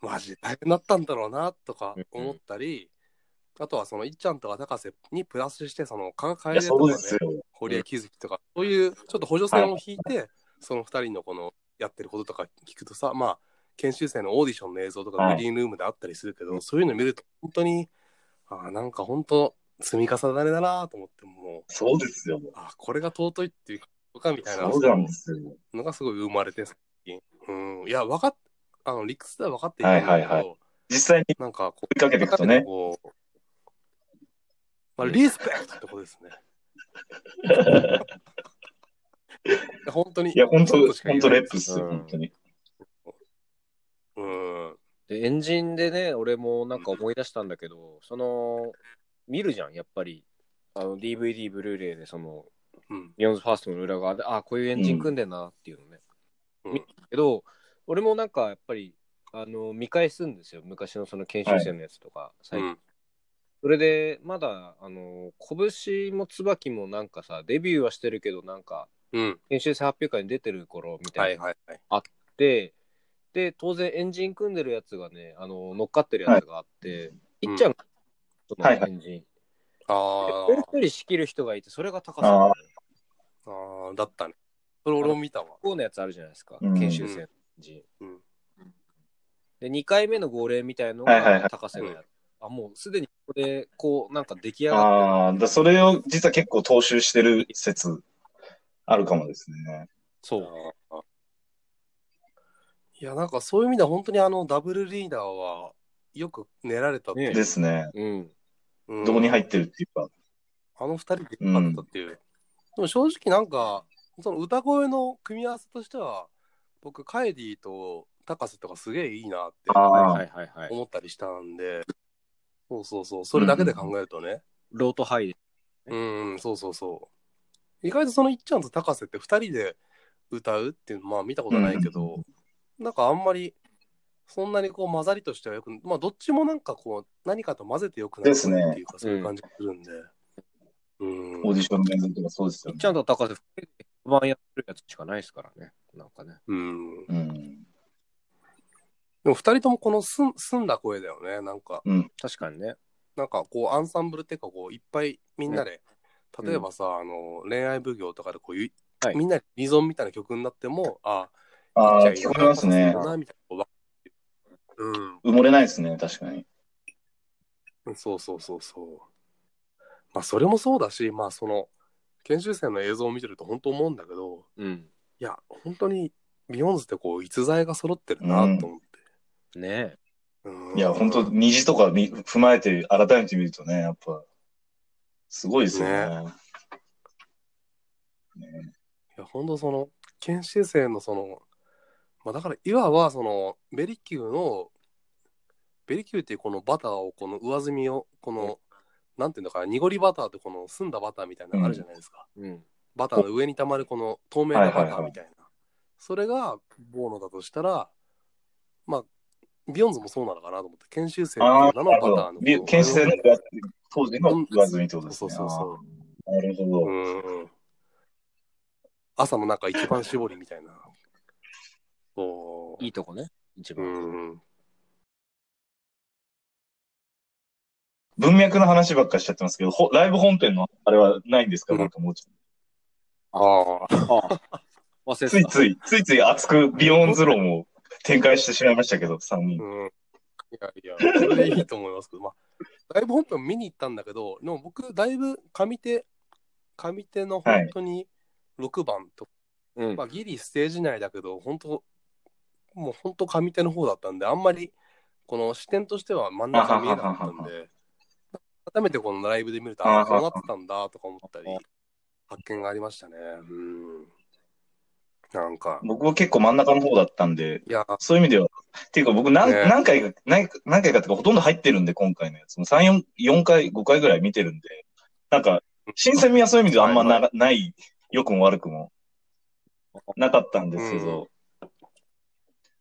S2: マジで大変だったんだろうなとか思ったり、あとはそのいっちゃんとか高瀬にプラスしてその加賀
S3: い
S2: 楓
S3: や、
S2: と
S3: そ
S2: か
S3: う
S2: ね
S3: ですよ。
S2: 堀江貴月とかそういうちょっと補助線を引いて、その二人のこのやってることとか聞くとさまあ研修生のオーディションの映像と
S3: は
S2: か
S3: い
S2: グリーンルームであったりするけど、そういうの見ると本当にあーなんか本当積み重ねだなと思ってもう
S3: そうですよ。
S2: あーこれが尊いっていうことかみたいな
S3: そうなんですよ。
S2: のがすごい生まれて最近うんいや分かっあの理屈では分かっていたんだけど、
S3: はいはいは実際に
S2: なんかこう
S3: 追いかけていくとね。
S2: こうまあ、リスペクトってことですね。本当に。
S3: いや、本当
S2: ちょっとしか言
S3: 本
S2: えな
S3: 当
S2: い
S3: レップス、
S4: うん
S3: 本当に。
S2: うん。
S4: で、エンジンでね、俺もなんか思い出したんだけど、その、見るじゃん、やっぱり。あの、DVD、ブルーレイで、その、
S2: うん。
S4: ビヨンズファーストの裏側で、あ、こういうエンジン組んでんなっていうのね。
S2: うん
S4: けど、俺もなんかやっぱり、あの、見返すんですよ。昔のその研修生のやつとか、最
S2: う
S4: 近
S2: ん。
S4: それで、まだ、あの、拳も椿もなんかさ、デビューはしてるけど、なんか、
S2: うん。
S4: 研修生発表会に出てる頃みた
S2: はいい
S4: なのが
S2: はいはい。
S4: あって、で、当然エンジン組んでるやつがね、あの、乗っかってるやつがあって、
S2: うん
S4: いっちゃん、その
S3: はいは
S4: エンジン。
S2: あ
S4: で
S2: ー
S4: もう一人仕切る人がいて、それが高さ
S3: あー
S4: の。
S2: あー、だったね。それ俺も見たわ。
S4: こうのやつあるじゃないですか、
S3: うん
S4: 研修生のエンジン。
S2: うん。
S4: で、2回目の号令みたいの
S3: はいはいは
S4: が
S3: い
S4: 高瀬のやつ。あ、もうすでにここで、こう、なんか出来上がっ
S3: ああ、だそれを実は結構踏襲してる説あるかもですね。
S4: そう。
S2: あーいや、なんかそういう意味では本当にあのダブルリーダーはよく練られたっていう
S4: ね
S3: ですね。
S4: うん。
S2: うん
S3: どこに入ってるっていうか。
S2: あの二人で良かったっていう。でも正直なんか、その歌声の組み合わせとしては、僕、カエディと高瀬とかすげえいいなって
S3: ああ、
S4: はいはいはいはい。
S2: 思ったりしたんで、そうそうそう、それだけで考えるとね。
S4: ロートハイで。
S2: うん、うん、そうそうそう。意外とそのいっちゃんと高瀬って二人で歌うっていうのまあ見たことないけど、なんかあんまり、そんなにこう混ざりとしてはよく、まあどっちもなんかこう何かと混ぜてよくない
S3: で
S2: って
S3: すね
S2: いうかそういう感じがするんで。うん。
S3: オーディションの映像とかそうです
S4: い
S3: よ
S4: っ
S3: ね
S4: ち。ゃんと高瀬、番やってるやつしかないですからね。なんかね。
S2: うん。
S3: うん。
S2: でも二人ともこのすん澄んだ声だよね。なんか、
S4: 確かにね。
S2: なんかこうアンサンブルっていうかこういっぱいみんなで、
S4: うん
S2: 例えばさ、あの恋愛奉行とかでこういう、
S4: はい
S2: みんなでリゾンみたいな曲になっても、あ
S3: ああ、
S2: いい
S3: 聞
S2: じゃん
S3: こえますね。
S2: いいなみたいなこうわ
S3: 埋もれないですね、確かに。
S2: うん。そうそうそうそう。まあそれもそうだし、まあその研修生の映像を見てると本当思うんだけど、
S4: うん。
S2: いや、本当にビヨンズってこう逸材が揃ってるなと思って。
S4: ねえ。
S2: うん
S3: いや、本当虹とか見踏まえて、改めて見るとね、やっぱ、すごいですよね。
S2: いや、本当その、研修生のその、まあだから、いわばその、ベリキューの、ベリキューっていうこのバターを、この上澄みを、この、なんていうのかな、濁りバターとこの澄んだバターみたいなのがあるじゃないですか。
S4: うん。
S2: バターの上にたまるこの透明なバ
S3: はい
S2: タ
S3: はい
S2: ー
S3: はい
S2: みたいな。それが、ボーノだとしたら、まあ、ビヨンズもそうなのかなと思って、研修生って
S3: あ
S2: い
S3: あ
S2: う名の
S3: な
S2: バ
S3: る
S2: タ
S3: ほど
S2: ーの。
S3: び研修生のやつ当時の上積みってことです
S2: そ
S3: ね。
S2: うそうそう。
S3: あーなるほど。
S2: うん朝のなんか一番絞りみたいな。そう。
S4: いいとこね。一
S2: う
S4: 番。
S2: ん。
S3: 文脈の話ばっかりしちゃってますけど、ほライブ本編のあれはないんですか、
S2: うん
S3: なんかもうちょっ
S2: ああ。
S4: 忘れ
S3: とつ
S4: て
S3: い
S4: た。
S3: つい、ついつい熱くビヨンズ論を展開してしまいましたけど、3人。
S2: うん。いやいや、それでいいと思いますけど、まあ、ライブ本編見に行ったんだけど、でも僕、だいぶ上手、上手の本当に6番とか、
S4: うん
S2: ま。あ、ギリステージ内だけど、本当、もう本当上手の方だったんで、あんまり、この視点としては真ん中見えなかったんで、改めてこのライブで見ると、ああ、こうなってたんだとか思ったり、発見がありましたね。うん。なんか、
S3: 僕は結構真ん中の方だったんで、
S2: いや、
S3: そういう意味では、っていうか僕何,、
S2: ね
S3: 何回か、何何回かとかほとんど入ってるんで、今回のやつ。もう3、4、4回、5回ぐらい見てるんで、なんか、新鮮味はそういう意味ではあんまな,、
S2: はい
S3: ない、良くも悪くも、なかったんですけど、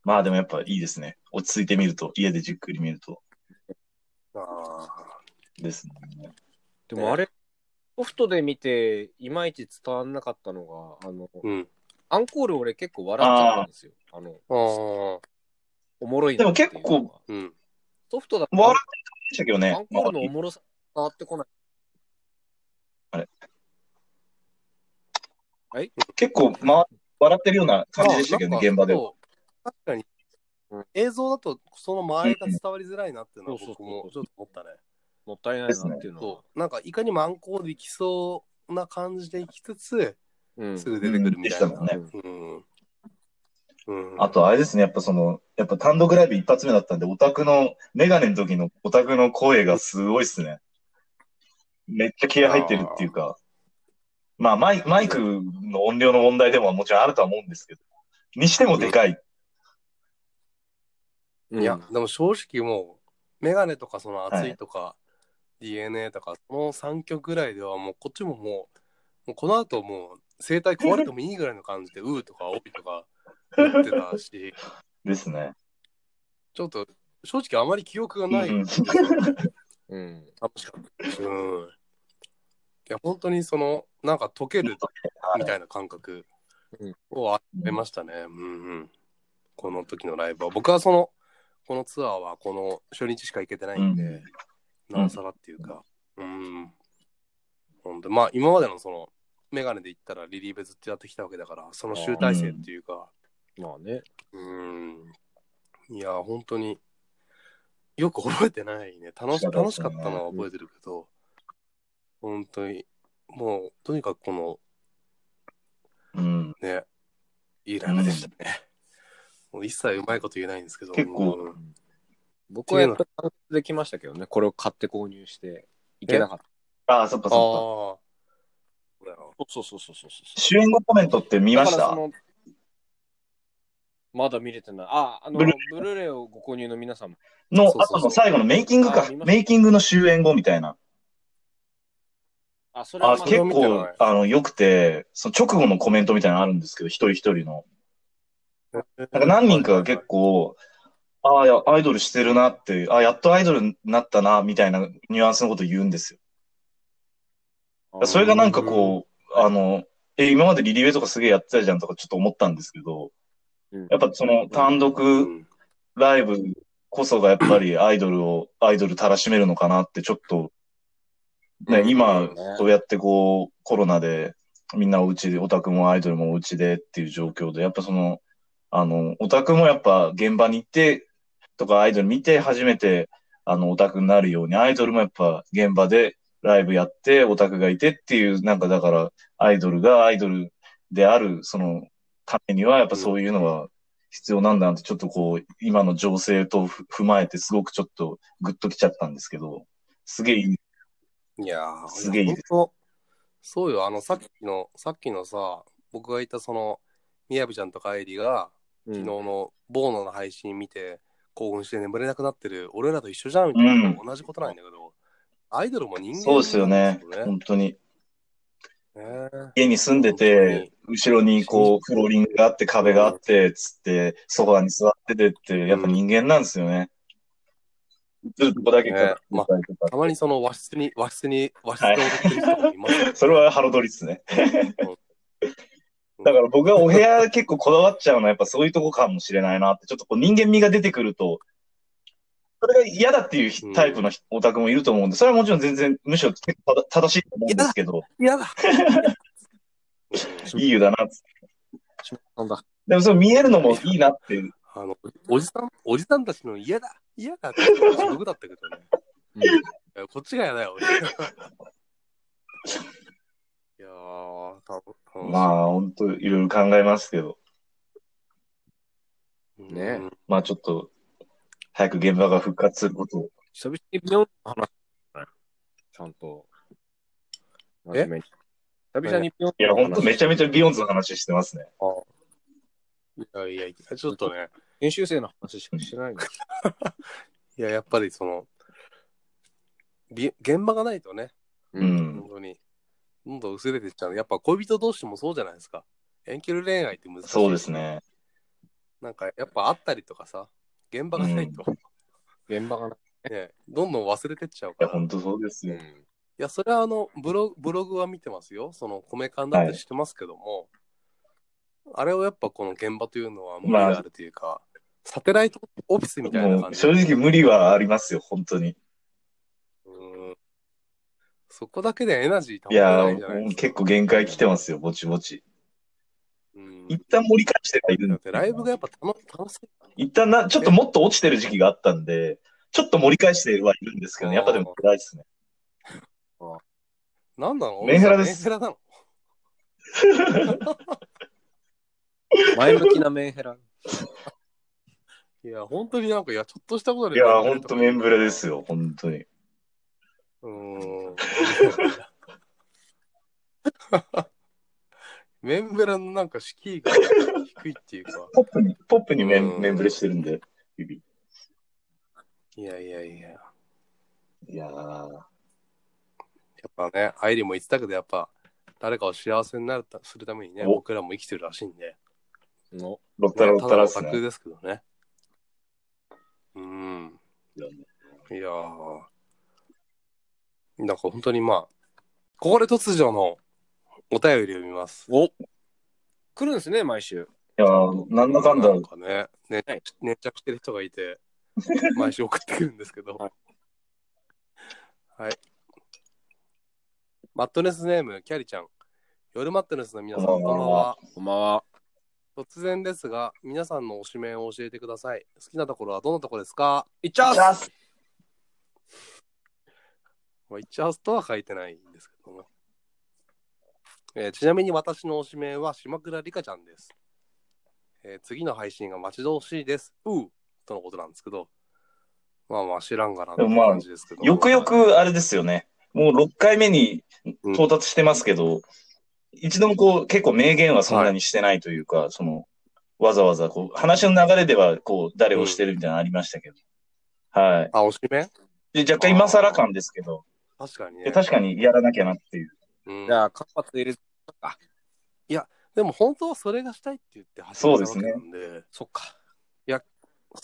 S3: まあでもやっぱいいですね。落ち着いて見ると、家でじっくり見ると、
S2: ああ
S3: ですね。
S4: でもあれ、ソフトで見て、いまいち伝わんなかったのが、あの、
S2: うん。
S4: アンコール俺結構笑っちゃったんですよ。あの、
S2: ああ。
S4: おもろいなっていうのが
S3: でも結構、
S2: うん。
S4: ソフトだと、
S3: 笑ってましたけどね。
S4: アンコールのおもろさ伝わってこない。
S3: 結構、ま、笑ってるような感じでしたけど
S2: あな
S3: ね、
S2: ん
S3: 現
S2: か
S3: 場では。
S2: そう確かに
S4: うん。
S2: 映像だとその周りが伝わりづらいなっていうのは
S4: うんうん
S2: 僕もちょっと思ったね。
S4: もったいないなっていうのは
S2: そ。う。なんかいかにもアンコールできそうな感じでいきつつ、
S4: うん
S2: すぐ出てくるみたいな。
S3: うんでし
S4: もんね
S3: た
S2: うん。うん、
S3: あと、あれですね、やっぱその、やっぱ単独ライブ一発目だったんで、オタクの、メガネの時のオタクの声がすごいっすね。めっちゃ気合入ってるっていうか、まあマイ、マイクの音量の問題でももちろんあるとは思うんですけど、にしてもでかい。
S2: いや、でも正直もう、メガネとかその熱いとか、DNA とか、その3曲ぐらいではもうこっちももう、もうこの後もう、声帯壊れてもいいぐらいの感じで、うーとかおいとか言ってたし、
S3: ですね。
S2: ちょっと正直あまり記憶がない。
S3: う
S2: うん。
S3: うんん
S2: い
S4: うん。
S2: や、本当にその、なんか溶けるみたいな感覚
S4: うん
S2: をありましたね。うんうん。この時のライブは。僕はその、このツアーはこの初日しか行けてないんで、
S3: うん
S2: なおさらっていうか。うん。ほんで、まあ今までのその、メガネで行ったらリリーベずっとやってきたわけだから、その集大成っていうか、
S4: まあね。
S2: うん。いや、本当によく覚えてないね。楽し
S3: そうだね
S2: 楽しかったのは覚えてるけど、本当に、もう、とにかくこの、
S3: うん。
S2: ね、いいライブでしたね。もう一切うまいこと言えないんですけど。
S3: 結構
S2: うん
S4: 僕はやっと完結できましたけどね、これを買って購入して、いけなかった。
S3: ああ、そっか
S2: ああ。
S3: そ
S2: そう
S3: っか。
S2: だよ
S4: そうそうそうそうそう。
S3: 主演後コメントって見まし
S4: だから
S3: た
S4: そのまだ見れてない。あ、あの、
S3: ブ
S4: ブ
S3: ル
S4: ルーレイをご購入の皆様。
S3: の
S4: そうそうそう
S3: 後の最後のメイキング
S4: あ
S3: か
S4: 見。ました
S3: メイキングの終演後みたいな。
S4: あ、それ
S3: あ
S4: は
S3: ー
S4: ま
S2: そ
S4: だ
S3: 結
S2: れを見て
S3: 構
S2: ない、
S3: あの、良くて、その直後のコメントみたいなのあるんですけど、一人一人の。なんか何人かが結構、ああ、いやアイドルしてるなって、ああ、やっとアイドルになったな、みたいなニュアンスのこと言うんですよ。だからそれがなんかこう、あの、え、今までリリベとかすげえやってたじゃんとかちょっと思ったんですけど、
S4: うん
S3: やっぱその単
S2: う
S3: 独
S2: ん
S3: ライブこそがやっぱりアイドルを、アイドルたらしめるのかなってちょっと、ね、
S2: うん
S3: 今
S2: ね、
S3: そうやってこう、コロナで、みんなお家で、オタクもアイドルもお家でっていう状況で、やっぱその、あの、オタクもやっぱ現場に行って、とかアイドル見て初めて、あの、オタクになるように、アイドルもやっぱ現場でライブやって、オタクがいてっていう、なんかだから、アイドルがアイドルである、その、ためには、やっぱそういうのが必要なんだなって、ちょっとこう、今の情勢とふ踏まえて、すごくちょっとグッときちゃったんですけど、すげえいい。
S2: いやー
S3: すげえいいです
S2: 本当そうよ、あの、さっきの、さっきのさ、僕がいたその、みやびちゃんとかえりが、
S4: うん、
S2: 昨日のボーノの配信見て興奮して眠れなくなってる俺らと一緒じゃんみたいな、
S3: う
S2: 同じことなんだけどアイドルも人間
S3: そうですよ
S2: なん
S3: ね
S2: で。すよね
S3: 本当に。
S2: ね
S3: 家に住んでて、後ろにこう、フローリングがあって、壁があって、つって、ソファに座っててって、やっぱ人間なんですよね。ずっとここだけ
S2: ね
S3: 語ってたりとか
S2: たまにその和室に和室に和室で踊ってる人もいますよね
S3: *laughs* それはハロドリですね。
S2: うん
S3: だから僕はお部屋結構こだわっちゃうのはやっぱそういうとこかもしれないなって、ちょっとこう人間味が出てくると、それが嫌だっていうタイプの人オタクもいると思うんで、それはもちろん全然、むしろ結構正正しいと思うんですけど、
S2: 嫌だ *laughs*
S3: いい湯だなっつって。
S4: なんだ。
S3: でもそれ見えるのもいいなっていう。
S2: あのおじさんおじさんたちの嫌だ嫌だって言って僕だったけどね
S3: *laughs*
S4: うん
S2: いやこっちが嫌だよ俺いやーたぶん
S3: まあ、本当いろいろ考えますけど。
S4: ね
S3: まあちょっと、早く現場が復活することを。
S4: 久々にビヨンの話したねちゃんと。真面目に久々にビヨン
S3: いや、ほんとめちゃめちゃビヨンズの話してますね。
S2: いやいやちょっとね
S4: 編集生の話しかしてないの。
S2: いや、やっぱりその、び現場がないとね、
S3: う。ん
S2: 本。当に、どんどん薄れていっちゃう。やっぱ恋人同士もそうじゃないですか。遠距離恋愛って難しい。
S3: そうです。ね。
S2: なんか、やっぱあったりとかさ、現場がないと、
S4: 現場がな
S2: ね、どんどん忘れてっちゃう
S3: い
S2: か
S3: や、
S2: ら。
S3: ほ
S2: い
S3: んとそうです
S4: い。
S3: よ。
S2: や、それはあの、ブロブログは見てますよ。その、米缶だって知ってますけども、あれをやっぱこの現場というのは無理があるというか、サテライトオフィスみたいな
S3: も
S2: 感
S3: う
S2: じ。
S3: 正直無理はありますよ、本当に。
S2: うんそこだけでエナジー保て
S3: いや
S2: ないんじゃない
S3: ー、も
S2: です
S3: う
S2: か。
S3: 結構限界来てますよ、ぼちぼち。
S2: うん
S3: 一旦盛り返してはいる
S2: だ
S3: ん
S2: っ
S3: で
S2: てライブがやっぱ楽楽しい。
S3: 一旦な、ちょっともっと落ちてる時期があったんで、ちょっと盛り返してはいるんですけど、ね、やっぱでも暗
S2: *laughs*
S3: いですね。
S2: なんなの
S3: メンヘラです
S2: メンヘラなの *laughs*
S4: 前向きなメンヘラ。
S2: いや、本当になんか、いや、ちょっとしたこと
S3: いやー、ほんとメンブレですよ、本当に。
S2: うーん。メンベラのなんか敷居が低いって
S3: *laughs*
S2: いうか。
S3: ポップに、ポップにメ
S2: う
S3: ン
S2: ん
S3: メンブレしてるんで、指。
S2: いやいやいや。や
S3: いやー、
S2: っぱね、アイリーも言ってたけど、やっぱ誰かを幸せになるたするためにね、
S3: お
S2: 僕らも生きてるらしいんで。
S1: の
S3: ロッ
S2: た
S3: タ
S2: だ
S3: ラロッタラ
S2: の
S3: っす
S2: 架
S3: ね。
S2: 空ですけどね。うん。
S3: いやね
S2: いやー。なんか本当にまあ、ここで突如のお便りを見ます。
S4: お来るんですね、毎週。
S3: いやー、なんだかんだ、
S2: なんかね、ね
S4: はい
S2: 粘着してる人がい *laughs* て、毎週送ってくるんですけど。
S4: は
S2: はい。マットネスネーム、キャリちゃん。夜マットネスの皆さん、こ
S3: こ
S2: んば
S3: ん
S2: ん
S3: ば
S2: は
S3: んは。
S4: こんばんは。
S2: 突然ですが、皆さんの推しメンを教えてください。好きなところはどのところですか
S4: いっちゃう
S3: チャンス
S2: まあ、イチャースとは書いてないんですけども。えーちなみに私の推し名は島倉里香ちゃんです、えー次の配信が待ち遠しいです。うーとのことなんですけど。まあまあ知らんがなって
S3: でもまあ
S2: 感じですけど。
S3: よくよ。くあれですよね。もう6回目に到達してますけど、一度もこう結構名言はそんなにしてないというか、その、わざわざこう、話の流れではこう、誰をしてるみたいなのありましたけど。はい
S2: あ、推し名。
S3: で、若干今更感ですけど、
S2: 確かに
S3: で
S2: ね。
S3: 確かにやらなきゃなっていう。
S2: うん
S4: じゃあ、活発入れず、
S2: でも本当はそれがしたいって言って走ったわけなんで。そう
S4: そっか。
S2: い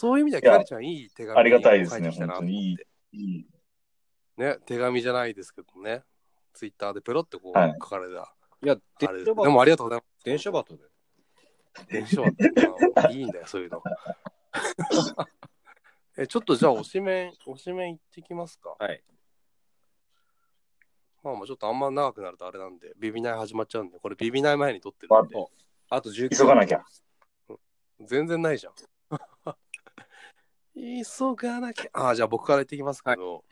S2: う意味ではキャリちゃんいい手紙
S3: ありがたいです
S2: 書
S3: ね、
S2: てきた
S3: 本
S2: なと思
S3: 当
S2: って
S3: に。いい、いい。
S2: ね、手紙じゃないですけどね。ツイッターでペロってこう
S3: はい
S2: 書かれた。
S4: いや、
S2: あ
S4: 電車
S2: れです
S4: バ
S2: で
S4: ト
S2: もありがとうございます。
S4: 電車バトで。
S2: 電車は *laughs* あのいいんだよ、そういうの。 *laughs* え、ちょっとじゃあ、おしめん、おしめん行ってきますか。
S4: はい。
S2: まあまあ、ちょっとあんま長くなるとあれなんで、ビビない始まっちゃうんで、これビビない前に撮ってるんで、
S4: あと19
S3: 急がなきゃ。
S2: 全然ないじゃん。 *laughs* 急がなきゃ。ああ、じゃあ僕から行ってきますけど、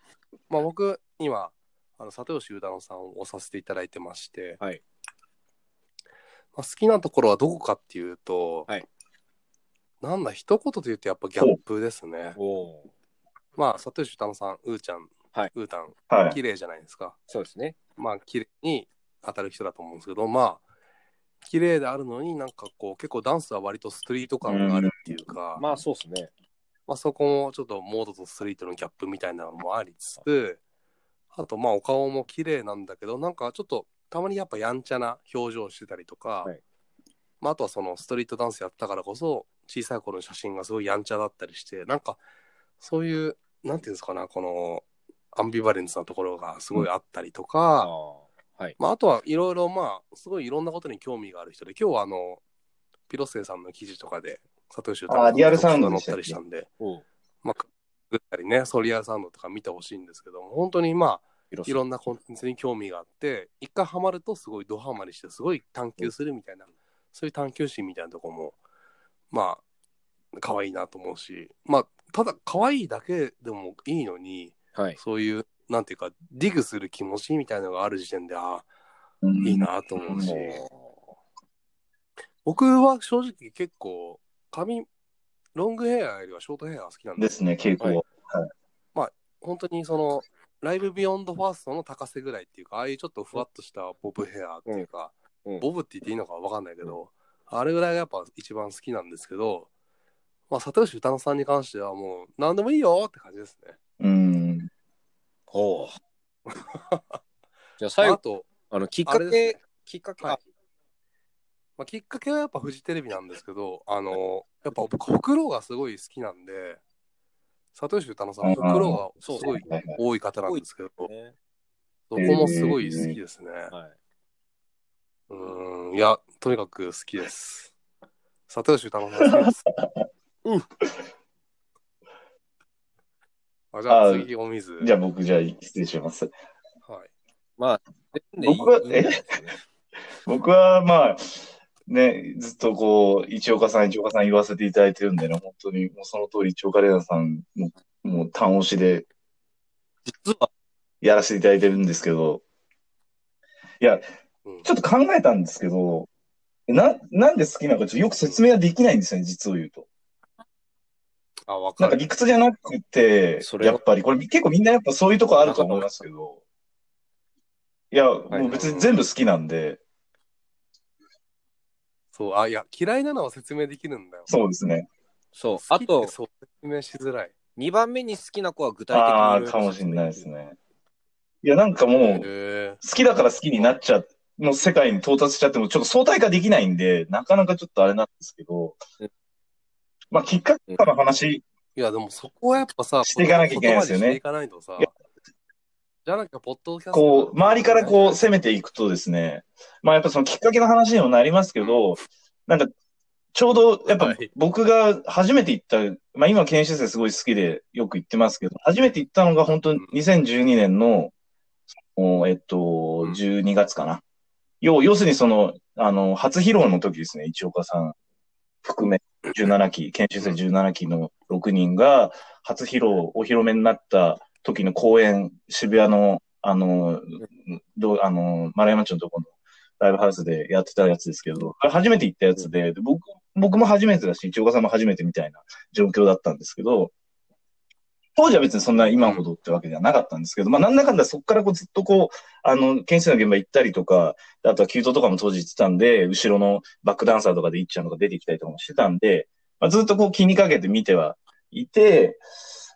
S2: まあ僕、今、あの、里吉うだのさんを押させていただいてまして、
S4: はい
S2: まあ、好きなところはどこかっていうと、
S4: はい
S2: なんだ、一言で言うとやっぱギャップですね。
S4: おおー。
S2: まあ、佐藤たまさん、うーちゃん、
S4: はいう
S2: ーたん、
S3: はい。
S2: 綺麗じゃないですか。
S4: そうですね。
S2: まあ、綺麗に当たる人だと思うんですけど、まあ、綺麗であるのになんかこう、結構ダンスは割とストリート感があるっていうか、まあ、
S4: まあ、そうですね。
S2: そこもちょっとモードとストリートのギャップみたいなのもありつつ、あとまあ、お顔も綺麗なんだけど、なんかちょっと、たまにやっぱやんちゃな表情してたりとか、
S4: はい
S2: まあ、あとはそのストリートダンスやったからこそ、小さい頃の写真がすごいやんちゃだったりして、なんか、そういう、なんていうんですかな、この、アンビバレンスなところがすごいあったりと
S4: あ
S2: か、
S4: あ。はい。
S2: まあ、あとはいろいろまあすごいいろんなことに興味がある人で今日はあのピロスケさんの記事とかで佐藤修太郎
S3: あリアルサウンド
S2: 載
S3: で
S2: っ
S3: し
S2: た
S3: たっけ
S2: りしたんで
S4: おう
S2: まあくぐったりねソリアルサウンドとか見てほしいんですけども本当にまあ
S4: 広
S2: いろんなコンテンツに興味があって一回ハマるとすごいドハマりしてすごい探求するみたいなそういう探求心みたいなとこもまあ可愛いなと思うしまあただ可愛いだけでもいいのに
S4: はい。
S2: そういうなんていうかディグする気持ちみたいなのがある時点でああ
S3: うん
S2: いい。なと思うし、
S3: うん
S2: 僕は正直結構髪ロングヘアよりはショートヘアが好きなんで
S3: ですすね、傾
S4: はい
S3: 向。
S2: 本当にそのライブビヨンドファーストの高瀬ぐらいっていうかああいうちょっとふわっとしたボブヘアっていうか、
S4: うんうん
S2: ボブって言っていいのかわかんないけど、あれぐらいがやっぱ一番好きなんですけどまあ里吉歌乃さんに関してはもう何でもいいよって感じですね
S3: うん。
S4: おう *laughs* じゃあ、最
S2: あ
S4: 後、
S2: と
S4: あの、きっ
S2: あ
S4: か
S2: れです
S4: け
S2: ね、
S4: きっかけ、
S2: はいまあ、きっかけはやっぱフジテレビなんですけど、あの、やっぱ僕、ほくろがすごい好きなんで、里吉歌乃さん、
S3: う
S2: ほ
S3: ん
S2: くろが
S4: そう
S2: すごい
S3: はいはいはい
S2: 多い方なんですけど、
S4: あ
S2: そ
S4: ね
S2: こもすごい好きですね。
S4: はい。
S2: うーん、いや、とにかく好きです。里吉歌乃さん好き
S3: *laughs*
S2: です。うん。あじゃあ
S3: あ
S2: 次、お水。
S3: じゃあ僕、じゃあ失礼します。
S2: はい。
S4: まあ、全
S3: 僕はえ
S4: いいんじゃないですかね
S3: 僕はまあ、ね、ずっとこう、一岡さん、一岡さん言わせていただいてるんでね、本当にもうその通り一岡玲奈さんも、もう単押しで
S4: 実は、
S3: やらせていただいてるんですけど、いや、
S2: うん
S3: ちょっと考えたんですけど、な、なんで好きなのかちょっとよく説明はできないんですよね、実を言うと。
S2: あ、わ
S3: なん
S2: か
S3: か
S2: る。
S3: 理屈じゃなくて
S4: そ、れは
S3: やっぱり、これ結構みんなやっぱそういうとこあると思いますけど、いや、
S4: い
S3: もう別に全部好きなんで、
S2: そう、あ、いや、嫌いなのは説明できるんだよ。
S3: そうですね。
S4: そう。
S2: 好
S4: あ
S2: きって
S4: と、
S2: そう、説明しづらい。
S4: 2番目に好きな子は具体的に
S3: ああ、
S4: 色々
S3: かもしれないですね。いや、なんかもう、
S2: へえ。
S3: 好きだから好きになっちゃう、の世界に到達しちゃっても、ちょっと相対化できないんで、なかなかちょっとあれなんですけど
S4: うん、
S3: まあ、きっかけから話、
S2: いや、でもそこはやっぱさ、
S3: していかなきゃいけないですよ
S2: 言
S3: ね
S2: 葉にしていかないとさ
S3: いや、
S2: じゃなきゃ、ポッドキャスト。
S3: こう、周りからこう攻めていくとですね、まあ、やっぱそのきっかけの話にもなりますけど、なんか、ちょうど、や
S2: は
S3: っぱ
S2: い
S3: 僕が初めて行った、まあ今、研修生すごい好きでよく行ってますけど、初めて行ったのが本当に2012年の、おえっと、12月かな。要、要するにその、あの、初披露の時ですね、一岡さん含め、17期、研修生17期の6人が、初披露、お披露目になった時の公演、渋谷の、あの、どうあの、丸山町のとこのライブハウスでやってたやつですけど、あれ初めて行ったやつで、で僕、僕も初めてだし、一岡さんも初めてみたいな状況だったんですけど、当時は別にそんな今ほどってわけではなかったんですけど、まあなんだかんだそこからこうずっとこう、あの、研修の現場行ったりとか、あとは給湯とかも当時行ってたんで、後ろのバックダンサーとかでいっちゃんとか出てきたりとかもしてたんで、まあ、ずっとこう気にかけて見てはいて、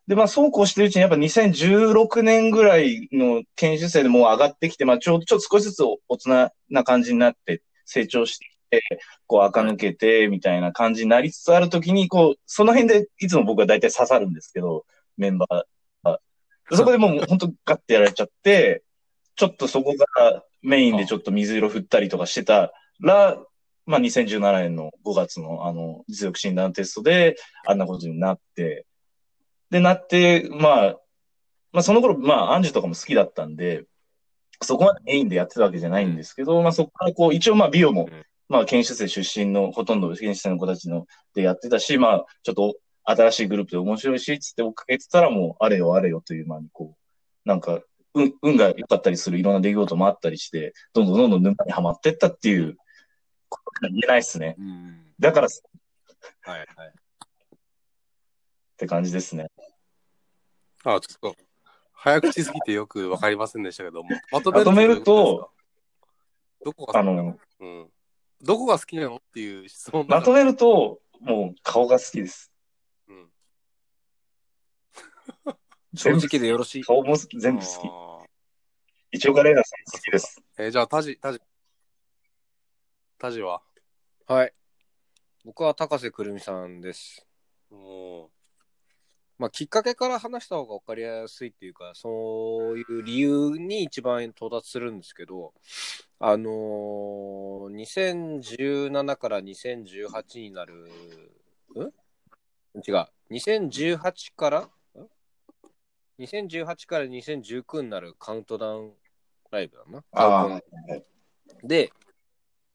S3: で、まあ、そうこうしてるうちにやっぱ2016年ぐらいの研修生でもう上がってきて、まあ、ちょうどちょっと少しずつ大人な感じになって、成長してきて、こう垢抜けて、みたいな感じになりつつあるときに、こう、その辺でいつも僕は大体刺さるんですけど、メンバーが。そこでもう本当ガッてやられちゃって、ちょっとそこがメインでちょっと水色振ったりとかしてたら、まあ、2017年の5月のあの、実力診断テストで、あんなことになって、で、なって、まあ、まあ、その頃、まあ、アンジュとかも好きだったんで、そこまでメインでやってたわけじゃないんですけど、まあ、そこからこう、一応、まあ、美容も
S4: うん、
S3: まあ、研修生出身の、ほとんど研修生の子たちの、でやってたし、まあ、ちょっと、新しいグループで面白いし、つって追っかけてたら、もう、あれよあれよという間に、こう、なんか、運、運が良かったりするいろんな出来事もあったりして、どんどんどんどん沼にはまってったっていう、ことが言えないですね。
S4: うん。
S3: だから、っ
S4: はいはい。
S3: て感じですね。
S2: あ、ちょっと、早口すぎてよくわかりませんでしたけど
S3: *laughs*
S2: も。まと
S3: まとめると
S2: どこが好
S3: あ
S2: きなの
S3: の、
S2: うん。どこが好きなのっていう質問だ
S3: ま
S2: か
S3: と
S2: ら
S3: めると、もう顔が好きです。
S2: うん
S4: 正
S3: 全部
S4: 直でよろしい。
S3: 顔も全部好き。
S2: あー
S3: 一岡玲奈さん好きです。
S2: えーじゃあ、タジ、タジ。タジは
S4: はい。僕は高瀬くるみさんです。
S2: も。
S4: まあ、きっかけから話した方が分かりやすいっていうか、そういう理由に一番到達するんですけど、あのー2017から2018になる、ん違う。2018から、ん ?2018 から2019になるカウントダウンライブだな。
S3: ああ
S4: カウントダウンで、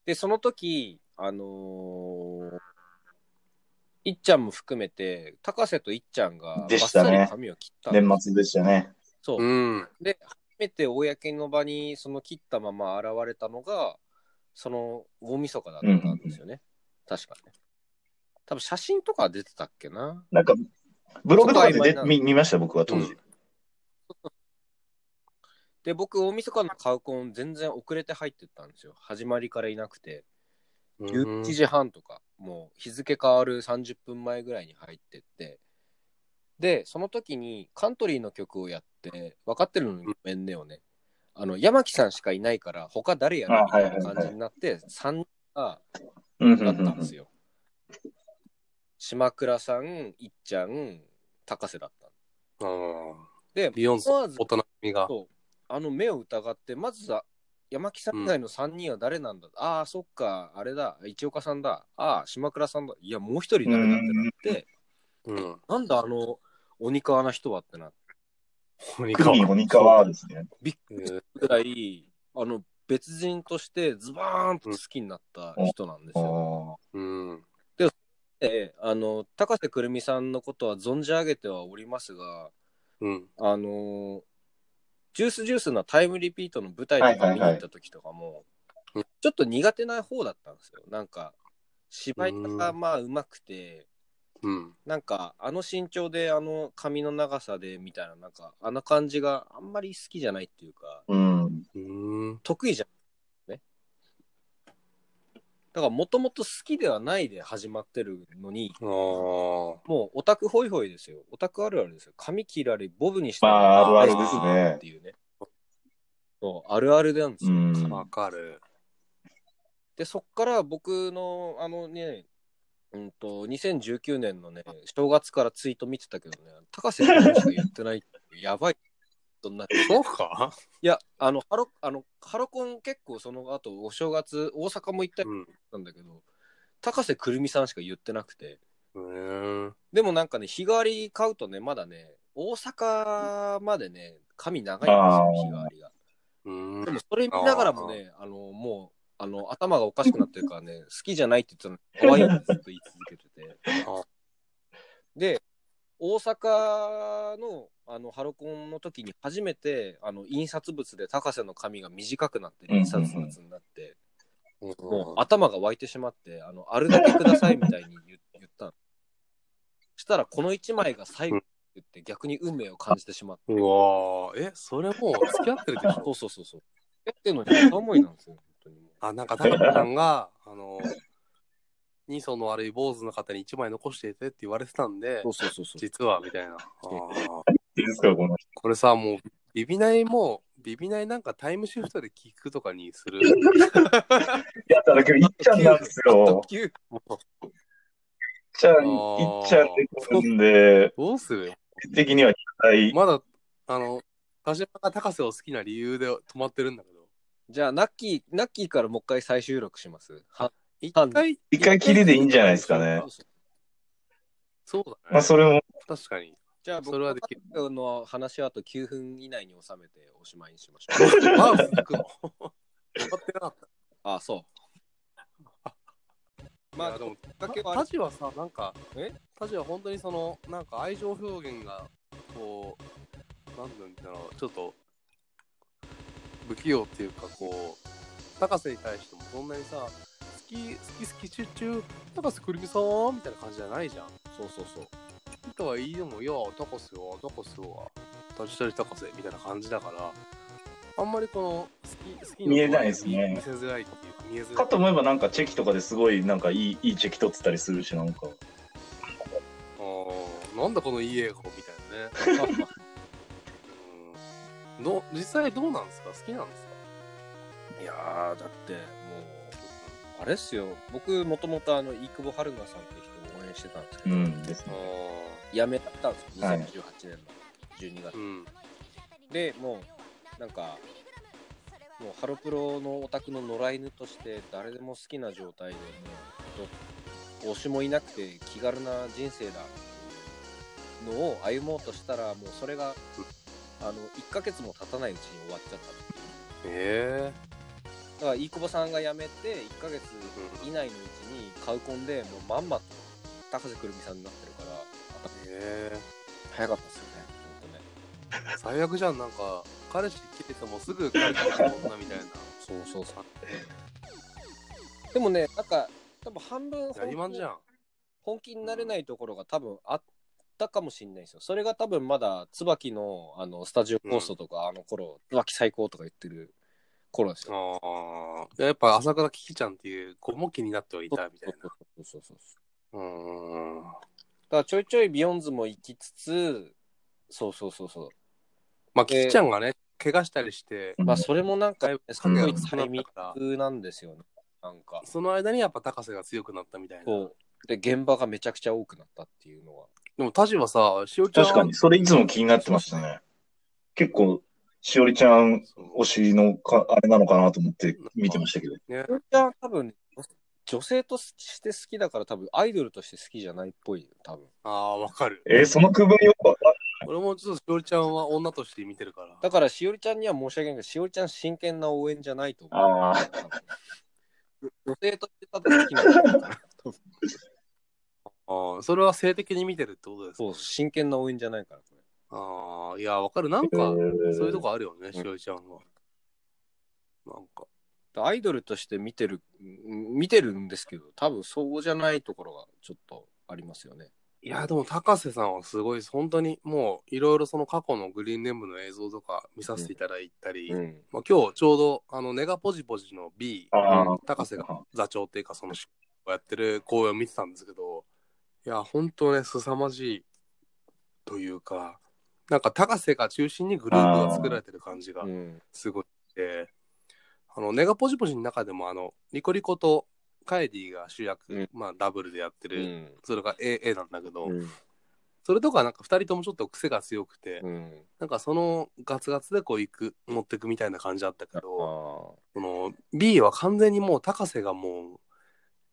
S4: で、その時、あのーいっちゃんも含めて、高瀬といっちゃんが、
S3: でしたね
S4: ばっさり髪を切ったんです
S3: 年末でしたね。
S4: そうう。
S2: うん。
S4: で、初めて公の場に、その切ったまま現れたのが、その大晦日だったんですよね。確かね。多分写真とか出てたっけな。
S3: なんか、ブログとかで
S4: ちょっと曖昧
S3: で
S4: な
S3: 見見ました、僕は当時。
S4: で、僕、大晦日のカウコン全然遅れて入ってったんですよ。始まりからいなくて。11時半とか、もう日付変わる30分前ぐらいに入ってって、で、その時にカントリーの曲をやって、分かってるのにごめんねをね、あの、山木さんしかいないから、他誰やるみたいな感じになって、3人が
S3: うん、うん、
S4: だ
S3: う
S4: っ
S3: ん
S4: たんですよ。島倉さん、いっちゃん、高瀬だった。
S2: あー
S4: で、
S2: ビヨンズ
S4: 思わず
S2: 大人みが。
S4: そうあの目を疑ってまずは山木さん以外の3人は誰なんだ、ああそっかあれだ一岡さんだああ島倉さんだいやもう一人誰だってなって、
S2: うん。
S4: なんだあの鬼川な人はってなって
S2: 鬼
S3: クミ、鬼川ですね。
S4: びっくりするぐらいあの別人としてズバーンと好きになった人なんです
S3: あ
S4: よ、
S3: ー
S2: うん。
S4: であの高瀬くるみさんのことは存じ上げてはおりますが
S2: うん。
S4: あのージュースジュースなタイムリピートの舞台とか見に行った時とかも、
S2: うん
S4: ちょっと苦手な方だったんですよ。なんか、芝居がまあ上手くて、
S2: うん。
S4: なんかあの身長であの髪の長さでみたいななんかあの感じがあんまり好きじゃないっていうか
S3: うん。
S2: うーん。
S4: 得意じゃんねだからもともと好きではないで始まってるのに
S2: あー
S4: もうオタクホイホイですよオタクあるあるですよ髪切られボブにした
S3: まああるあるですね
S4: っていうねそうあるあるなんです
S3: う
S4: よ、
S3: ん。
S2: わかる。
S4: でそっから僕のあのねうんと2019年のね正月からツイート見てたけどね高瀬君しか言ってないってやばいことになって
S2: そうか
S4: いやあのハロあのハロコン結構その後お正月大阪も行ったり
S2: うん。
S4: したんだけど高瀬くるみさんしか言ってなくて
S2: うーん。
S4: でもなんかね日替わり買うとねまだね大阪までね髪長いんです
S3: あ
S4: よ
S3: ー
S4: 日替わりが。
S2: うん
S4: でもそれ見ながらもね、あの、もう、あの、頭がおかしくなってるからね、好きじゃないって言ってたのに、怖いってずっと言い続けてて。
S2: あ
S4: で、大阪のあのハロコンの時に初めてあの印刷物で高瀬の髪が短くなって
S3: うんうんうん
S4: 印刷物になって、もう
S2: う
S4: 頭が湧いてしまってあのあるだけくださいみたいに言 *laughs* 言ったのしたらこの1枚が最後って言って逆に運命を感じてしまって
S2: んうわーえ、それもう付き合ってるでし
S4: そ
S2: ょ
S4: うそうそうそうえっていうのに片思いなんですよ本当に
S2: あ、なんか、高野さんが、あの、二層の悪い坊主の方に一枚残していてって言われてたんで
S4: そ、うそうそう *laughs* そう
S2: 実は、みたいな。あー
S3: いいですか、この
S2: これさ、もう、ビビナイも、ビビナイなんかタイムシフトで聞くとか
S4: *laughs*
S2: にする。
S3: やっただけど、いっちゃんなんですよ。いっ
S4: 急
S2: もう
S3: ちゃん、い
S2: あー
S3: っちゃんで組んで、
S2: どうする
S3: 的には期待。
S2: まだ、あの、田島が高瀬を好きな理由で止まってるんだけど、
S4: じゃあ、ナッキー、ナッキーからもう一回再収録します。は
S2: 一
S4: あ
S2: 回、
S3: 一回きりでいいんじゃないですかね。
S2: そうだ
S3: まあ、
S2: ね。
S3: それも、
S2: 確か
S4: *laughs*
S2: に。
S4: じゃあ、
S2: そ
S4: 僕
S2: れはできる。
S4: の話はあと9分以内に収めておしまいにしましょう。 *laughs*
S2: マウス行くの止まってなかった。
S4: あそう。ま
S2: いや
S4: あ、
S2: で
S4: でも
S2: も、
S4: だけはあ
S2: タ
S4: れ
S2: ジはさなんか
S4: え
S2: タジは本当にそのなんか愛情表現がこうなんていうんだろうちょっと不器用っていうかこう高瀬に対してもそんなにさ好き好き好きチュチュ高瀬くるみさんみたいな感じじゃないじゃん
S4: そうそうそう。
S2: とは言いでもいや高瀬は高瀬はタジタジ高瀬みたいな感じだからあんまりこの好き好きの
S3: 見えないですね
S2: 見せづらいっていうか見えづら
S3: か
S2: い
S3: と思えばなんかチェキとかですごい、なんかいい、いいチェキ取ってたりするし、なんか。
S2: あーなんだこのいい映画みたいなねうんどう実際どうなんですか好きなんですか
S4: いやー、だって、もう、あれっすよ。僕、もともとあの、飯久保春菜さんって人を応援してたんですけ
S3: う
S4: ど、
S3: ん、ですね。
S4: 辞めたんですよ。
S3: はい
S4: 2018年の12月
S2: う。ん
S4: でもうなんかもうハロプロのオタクの野良犬として誰でも好きな状態でもうと推しもいなくて気軽な人生だっていうのを歩もうとしたらもうそれがあの1ヶ月も経たないうちに終わっちゃったっていう
S2: え
S4: だから飯久保さんが辞めて1ヶ月以内のうちに買うコンでもうまんまと高瀬くるみさんになってるから
S2: ええ
S4: 早かったですよねほんとね
S2: え最悪じゃんなんか彼氏来ててもすぐ彼氏来る女みたいな
S4: そうそうそうでもねなんか多分半分
S2: やりまんじゃん
S4: 本気になれないところが多分あったかもしれないですよ。それが多分まだ椿のあのスタジオコーストとか、あの頃椿最高とか言ってる頃ですよ。
S2: ああやっぱ朝倉キキちゃんっていう子も気になってはいたみたいな
S4: そうそうそうそう
S2: うーん
S4: だからちょいちょいビヨンズも行きつつそうそうそうそ
S2: まあキキちゃんがね怪我したりして
S4: うまあそれもなんか、
S2: だいぶ
S4: すごい
S2: 影
S4: タイ
S2: が薄く
S4: ミン
S2: なったから
S4: グなんですよねなんか
S2: その間にやっぱ高瀬が強くなったみたいな
S4: そうで現場がめちゃくちゃ多くなったっていうのは
S2: でもタジはさしおちゃん
S3: 確かに、それいつも気になってましたね。結構、しおりちゃん推しのか、あれなのかなと思って見てましたけど。
S2: ね
S4: じゃあ多分女性として好きだから多分アイドルとして好きじゃないっぽいよ多分
S2: ああわかる
S3: えーその区分よくわかん
S2: 俺もちょっとしおりちゃんは女として見てるから
S4: だからしおりちゃんには申し訳ないけど、しおりちゃん真剣な応援じゃないと思う。
S3: ああ、
S4: 女性としてただ好きなんだから。
S2: ああ、それは性的に見てるってことですか
S4: そう、真剣な応援じゃないから、これ。
S2: ああ、いや、わかる。なんか、そういうとこあるよね、
S4: ん
S2: しおりちゃんは。なんか、
S4: だからアイドルとして見てる、ん見てるんですけど、多分そうじゃないところがちょっとありますよね。
S2: いや、でも、高瀬さんはすごいです。本当に、もう、いろいろその過去のグリーンネームの映像とか見させていただいたり、
S4: うん。
S2: まあ、今日ちょうど、あの、ネガポジポジの B、
S3: ああ、
S2: 高瀬が座長っていうか、その、やってる公演を見てたんですけど、いや、本当ね、凄まじいというか、なんか高瀬が中心にグループが作られてる感じが
S4: うん。
S2: すごいして、あの、ネガポジポジの中でも、あの、リコリコとカエディが主役、
S4: うん
S2: まあ、ダブルでやって
S4: う
S2: る、
S4: ん。
S2: それが AA なんだけど、
S4: うん。
S2: それとかなんか2人ともちょっと癖が強くて、
S4: うん。
S2: なんかそのガツガツでこう行く持ってくみたいな感じだったけ
S4: あ
S2: ど
S4: あ。
S2: その B は完全にもう高瀬がもう